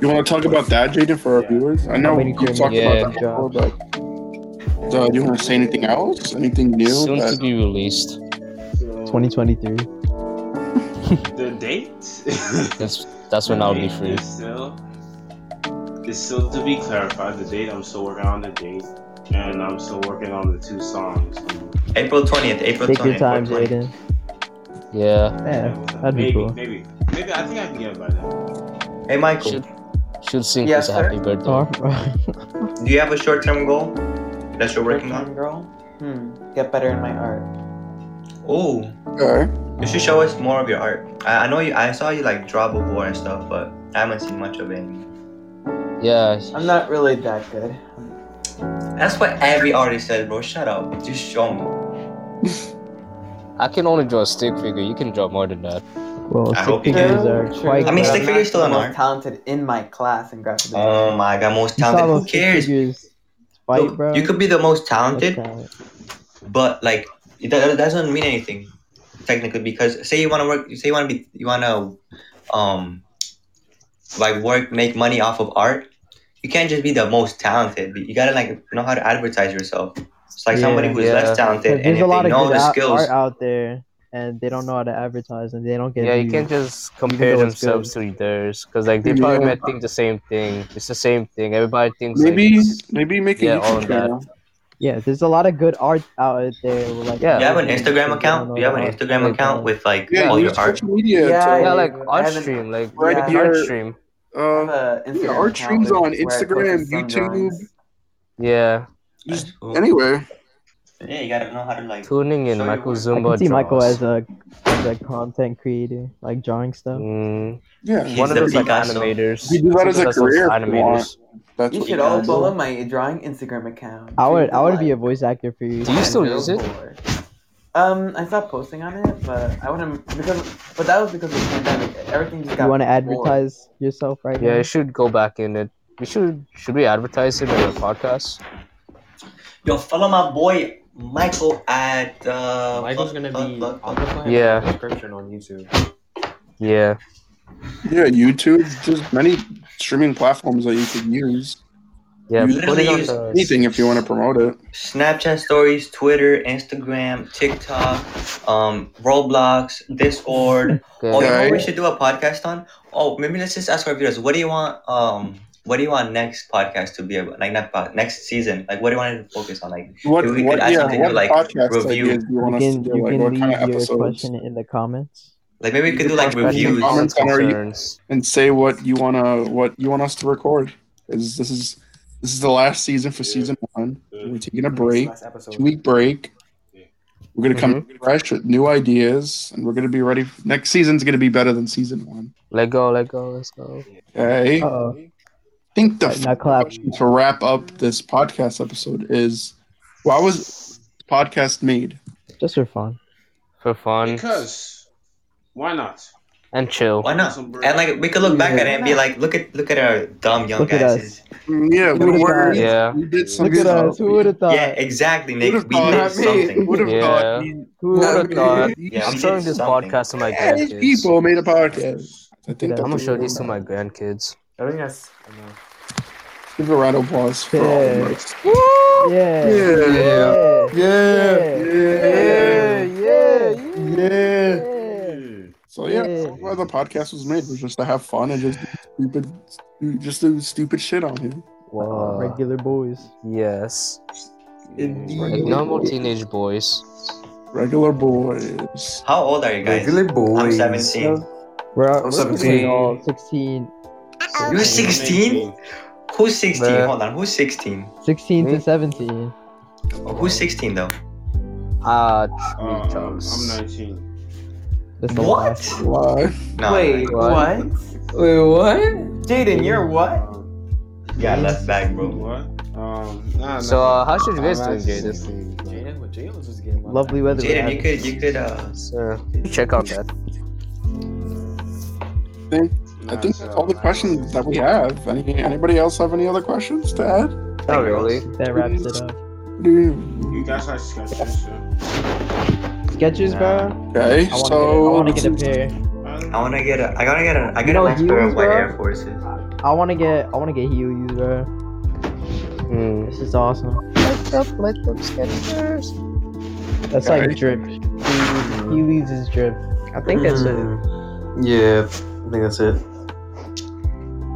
Speaker 1: You want to talk about that, Jaden, for our viewers? I know
Speaker 12: I'm
Speaker 1: you
Speaker 12: waiting for him.
Speaker 1: talked
Speaker 12: Yeah.
Speaker 1: about that before, but uh, do you want to say anything else? Anything new?
Speaker 12: Soon
Speaker 1: that-
Speaker 12: to be released.
Speaker 3: 2023.
Speaker 7: The date?
Speaker 12: That's that's when I'll be
Speaker 7: The date
Speaker 12: free.
Speaker 7: is Still, it's still to be clarified. The date I'm still working on the date, and I'm still working on the two songs.
Speaker 4: April 20th, April
Speaker 3: Take your time, Jaden.
Speaker 12: Yeah.
Speaker 3: Yeah, that'd be
Speaker 7: maybe,
Speaker 3: cool.
Speaker 7: maybe, maybe I think I can get it by
Speaker 12: Um,
Speaker 7: then.
Speaker 4: Hey, Michael,
Speaker 12: Should sing
Speaker 4: Yes,
Speaker 12: yes, a happy birthday.
Speaker 4: do you have a short-term goal that you're working on?
Speaker 10: girl. Hmm. Get better in my art.
Speaker 4: Oh,
Speaker 1: Okay.
Speaker 4: you should show us more of your art. I, I know you. I saw you like draw before and stuff, but I haven't seen much of it.
Speaker 12: Yeah.
Speaker 10: I'm not really that good.
Speaker 4: That's what every artist says, bro. Shut up. Just show me.
Speaker 12: I can only draw a stick figure. You can draw more than that.
Speaker 3: Well,
Speaker 4: I
Speaker 3: stick
Speaker 4: hope you
Speaker 3: figures
Speaker 4: do.
Speaker 3: are
Speaker 10: True,
Speaker 3: quite.
Speaker 4: I mean,
Speaker 10: but
Speaker 4: stick
Speaker 10: I'm
Speaker 4: figure's
Speaker 10: not
Speaker 4: still
Speaker 10: the
Speaker 4: an
Speaker 10: most
Speaker 4: art.
Speaker 10: talented in my class in graphic design.
Speaker 4: Oh my god, most
Speaker 3: You saw
Speaker 4: talented.
Speaker 3: those
Speaker 4: Who
Speaker 3: stick
Speaker 4: cares?
Speaker 3: figures fight,
Speaker 4: Look,
Speaker 3: bro.
Speaker 4: you could be the most talented,
Speaker 3: talent.
Speaker 4: but like it do- that doesn't mean anything technically because say you want to work, say you want to be, you want to, um, like work, make money off of art. You can't just be the most talented. You gotta like know how to advertise yourself. It's like somebody
Speaker 3: Yeah,
Speaker 4: who's
Speaker 12: yeah.
Speaker 4: less
Speaker 3: But
Speaker 4: talented, and
Speaker 3: there's
Speaker 4: if
Speaker 3: a lot
Speaker 4: they
Speaker 3: of
Speaker 4: know
Speaker 3: good
Speaker 4: the
Speaker 3: out-
Speaker 4: skills,
Speaker 3: art out there, and they don't know how to advertise, and they don't get.
Speaker 12: Yeah, you
Speaker 3: views.
Speaker 12: can't just
Speaker 3: though
Speaker 12: compare
Speaker 3: it's
Speaker 12: themselves to theirs because like they
Speaker 1: Yeah.
Speaker 12: probably might think the same thing. It's the same thing. Everybody thinks like,
Speaker 1: Maybe,
Speaker 12: it's-
Speaker 1: maybe make a
Speaker 12: Yeah, all
Speaker 1: YouTube
Speaker 12: of that.
Speaker 1: channel.
Speaker 3: Yeah, there's a lot of good art out there. with, Like,
Speaker 12: Yeah.
Speaker 4: do you have an
Speaker 3: everything,
Speaker 4: Instagram
Speaker 3: but they
Speaker 4: account?
Speaker 3: don't
Speaker 4: Do you have
Speaker 3: know
Speaker 4: an
Speaker 3: how to
Speaker 4: Instagram
Speaker 3: advertise.
Speaker 4: account with like
Speaker 1: Yeah,
Speaker 4: all
Speaker 1: use
Speaker 4: your art?
Speaker 1: social
Speaker 10: Yeah,
Speaker 1: media. to,
Speaker 12: yeah,
Speaker 10: I
Speaker 12: like
Speaker 10: haven't-
Speaker 12: art
Speaker 10: I haven't-
Speaker 12: stream, like
Speaker 1: Right
Speaker 12: yeah,
Speaker 1: here.
Speaker 12: art stream.
Speaker 1: uh,
Speaker 10: have a
Speaker 1: yeah,
Speaker 10: Instagram
Speaker 1: our
Speaker 10: account
Speaker 1: streams on
Speaker 10: with- where I posted
Speaker 1: Instagram,
Speaker 10: some
Speaker 1: YouTube,
Speaker 10: drawings.
Speaker 12: Yeah,
Speaker 1: just
Speaker 4: Cool.
Speaker 1: anywhere.
Speaker 4: Yeah, you gotta know how to like.
Speaker 12: tuning in
Speaker 4: Show your
Speaker 12: Michael
Speaker 4: work.
Speaker 3: I
Speaker 12: Zumba.
Speaker 3: can see Michael
Speaker 12: draws.
Speaker 3: as a as a content creator, like drawing stuff.
Speaker 12: Mm,
Speaker 1: Yeah,
Speaker 4: He's
Speaker 12: one of
Speaker 4: the
Speaker 12: those like
Speaker 4: Picasso.
Speaker 12: animators.
Speaker 1: you do that
Speaker 12: Something
Speaker 1: as a
Speaker 12: that's those
Speaker 1: career. If you
Speaker 12: Animators.
Speaker 1: want. That's
Speaker 10: You
Speaker 1: what
Speaker 10: should
Speaker 1: gotta
Speaker 10: all
Speaker 1: do.
Speaker 10: follow Oh, my drawing Instagram account.
Speaker 3: I would I would
Speaker 10: Trees
Speaker 3: be a
Speaker 10: of
Speaker 3: voice actor for you.
Speaker 12: Do you still
Speaker 10: Life.
Speaker 12: use it?
Speaker 10: Um, I stopped posting on it, but I wouldn't because, but that was because of the pandemic. Everything just got.
Speaker 3: You want to
Speaker 10: bored.
Speaker 3: advertise yourself right
Speaker 12: Yeah,
Speaker 3: now?
Speaker 12: you should go back in it. We should should we advertise it in the podcast?
Speaker 4: Yo, follow my boy Michael at. Uh,
Speaker 6: Michael's
Speaker 4: fuck,
Speaker 6: gonna
Speaker 4: fuck,
Speaker 6: be.
Speaker 4: fuck,
Speaker 6: I'll
Speaker 4: fuck.
Speaker 6: put my
Speaker 12: Yeah.
Speaker 6: description on YouTube.
Speaker 12: Yeah.
Speaker 1: Yeah, YouTube. There's many streaming platforms that you could use.
Speaker 12: Yeah.
Speaker 1: You
Speaker 12: Put it on
Speaker 4: literally
Speaker 12: the
Speaker 1: Anything if you want to promote it.
Speaker 4: Snapchat stories, Twitter, Instagram, TikTok, um, Roblox, Discord. Oh, you know what we
Speaker 1: Okay.
Speaker 4: should do a podcast on? Oh, maybe let's just ask our viewers. What do you want? Um, what do you want next podcast to be about? Like not pod, next season. Like what do you want to focus on? Like
Speaker 1: What,
Speaker 4: we could
Speaker 1: what,
Speaker 4: add
Speaker 1: yeah,
Speaker 4: something to,
Speaker 1: what
Speaker 4: like,
Speaker 1: podcast
Speaker 4: review.
Speaker 1: ideas do you
Speaker 3: You
Speaker 1: want us to
Speaker 3: can
Speaker 1: do?
Speaker 3: you
Speaker 1: Like, what
Speaker 3: can
Speaker 1: kind of
Speaker 3: leave your
Speaker 1: episodes?
Speaker 3: question in the comments.
Speaker 4: like maybe we could do like
Speaker 3: Podcast
Speaker 1: Leave your
Speaker 4: reviews.
Speaker 1: comments on our,
Speaker 12: concerns.
Speaker 1: and say what you wanna what you want us to record. Is this is this is the last season for season one. We're taking a break.
Speaker 6: Last episode.
Speaker 1: two week break. We're gonna come
Speaker 3: Mm-hmm.
Speaker 1: fresh with new ideas, and we're gonna be ready. Next season's gonna be better than season one.
Speaker 12: Let go, let go, let's go.
Speaker 1: Okay.
Speaker 3: Uh-oh.
Speaker 1: I think the
Speaker 3: Now clap.
Speaker 1: question to wrap up this podcast episode is, why was podcast made?
Speaker 3: Just for fun.
Speaker 12: For fun
Speaker 7: Because why not?
Speaker 12: and chill.
Speaker 4: Why not? And like we could look back at it and be like, look at look at our dumb young
Speaker 3: Look at
Speaker 4: asses.
Speaker 1: Mm, Yeah, we
Speaker 3: Would've
Speaker 1: were.
Speaker 3: thought-
Speaker 12: Yeah.
Speaker 1: We did
Speaker 3: Look
Speaker 1: something.
Speaker 3: at us. Who would have thought?
Speaker 4: Yeah, exactly, Nick.
Speaker 1: Would've
Speaker 4: We
Speaker 1: thought-
Speaker 4: did something.
Speaker 1: Would have
Speaker 12: Yeah.
Speaker 1: thought. we-
Speaker 3: Who would have
Speaker 12: God.
Speaker 4: Yeah,
Speaker 12: I'm
Speaker 4: we
Speaker 12: showing
Speaker 4: did
Speaker 12: this
Speaker 4: something.
Speaker 12: podcast to my
Speaker 1: Hey,
Speaker 12: grandkids.
Speaker 1: people made a podcast. I think
Speaker 5: I'm gonna
Speaker 1: that's
Speaker 5: show
Speaker 1: the-
Speaker 5: these to my grandkids.
Speaker 13: I think that's enough.
Speaker 1: Give a round of applause for all
Speaker 5: Yeah.
Speaker 1: the merch.
Speaker 3: Yeah.
Speaker 1: Yeah. Yeah. Yeah.
Speaker 3: Yeah. Yeah.
Speaker 1: So yeah, that's why the podcast was made was just to have fun and just do stupid, just do stupid shit on here.
Speaker 5: Wow.
Speaker 3: Regular boys.
Speaker 5: Yes.
Speaker 12: Like normal teenage boys.
Speaker 1: Regular boys.
Speaker 4: How old are you guys? I'm 17.
Speaker 3: We're,
Speaker 4: I'm
Speaker 3: we're
Speaker 4: 17.
Speaker 3: all 16,
Speaker 4: You're 16? Who's 16? Hold on, who's 16?
Speaker 3: 16 to 17.
Speaker 4: Oh, who's 16 though?
Speaker 5: Ah,
Speaker 7: Um, I'm 19.
Speaker 3: That's
Speaker 4: the What?
Speaker 1: Why?
Speaker 4: No,
Speaker 10: Wait,
Speaker 4: like-
Speaker 10: what?
Speaker 9: Wait, what?
Speaker 10: Jaden, you're what?
Speaker 4: Yeah, left back, bro.
Speaker 7: Um, What? Um,
Speaker 12: So, uh, how's your race doing, Jaden?
Speaker 13: Jaden, what Jaden was just getting
Speaker 3: Lovely weather. we
Speaker 4: Jaden,
Speaker 3: had.
Speaker 4: you could, you could, uh,
Speaker 5: So, check out that.
Speaker 1: I think, I think that's all the questions that we have. Any, anybody else have any other questions to add?
Speaker 5: Not really.
Speaker 3: That wraps it up.
Speaker 1: Dude.
Speaker 7: You guys are sketches, yeah?
Speaker 3: Sketches, bro?
Speaker 1: Okay,
Speaker 3: I wanna
Speaker 1: so-
Speaker 3: get a- I want to get a
Speaker 4: I wanna get a,
Speaker 3: pair.
Speaker 4: I gotta get a, I
Speaker 3: You
Speaker 4: gotta
Speaker 3: know
Speaker 4: match pair
Speaker 3: heels,
Speaker 4: of white
Speaker 3: bro?
Speaker 4: Air Forces.
Speaker 3: I want to get I want to get Heelys, bro. This is awesome.
Speaker 2: Light up, light up, Skechers.
Speaker 3: That's like
Speaker 2: Okay.
Speaker 3: drip. Heelys is drip. I think that's it.
Speaker 12: Hmm.
Speaker 9: Yeah, I think that's it.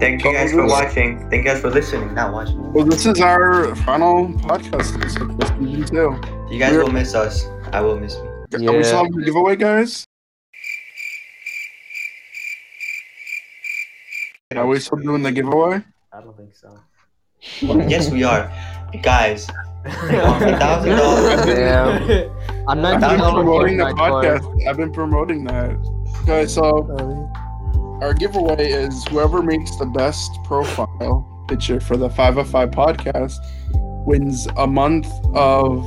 Speaker 4: Thank you guys for watching. Thank you guys for listening, not watching.
Speaker 1: Well, this is our final podcast episode for season two.
Speaker 4: You guys will miss us. I will miss me.
Speaker 1: Are we still having a giveaway, guys? Are we still doing the giveaway?
Speaker 13: I don't think so.
Speaker 4: yes, we are. Guys, thousand dollars.
Speaker 1: Damn.
Speaker 12: I'm not
Speaker 1: I've been promoting the
Speaker 12: Fortnite card.
Speaker 1: podcast. I've been promoting that. Okay, so our giveaway is whoever makes the best profile picture for the 505 podcast wins a month of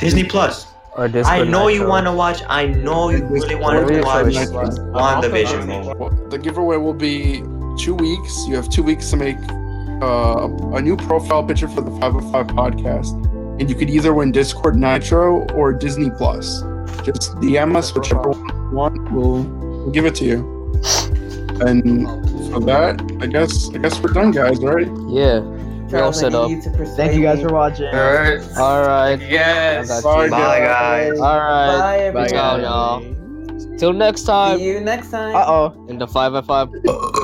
Speaker 4: Disney Plus.
Speaker 5: Or
Speaker 4: I know you want to watch. I know you really want to watch WandaVision. man.
Speaker 1: The giveaway will be two weeks. You have two weeks to make uh, a new profile picture for the 505 podcast. And you could either win Discord Nitro or Disney Plus. Just DM us, whichever one you want, we'll, we'll give it to you. And for that, I guess I guess we're done, guys, right?
Speaker 12: Yeah. We're all set up.
Speaker 3: Thank you guys for watching.
Speaker 12: Alright.
Speaker 10: Yes.
Speaker 5: Oh,
Speaker 12: Bye,
Speaker 4: Bye, guys.
Speaker 10: Bye,
Speaker 12: Alright.
Speaker 10: everybody.
Speaker 12: Peace out, y'all. Till next time.
Speaker 10: See you next time.
Speaker 3: Uh oh.
Speaker 12: In the 5 at 5.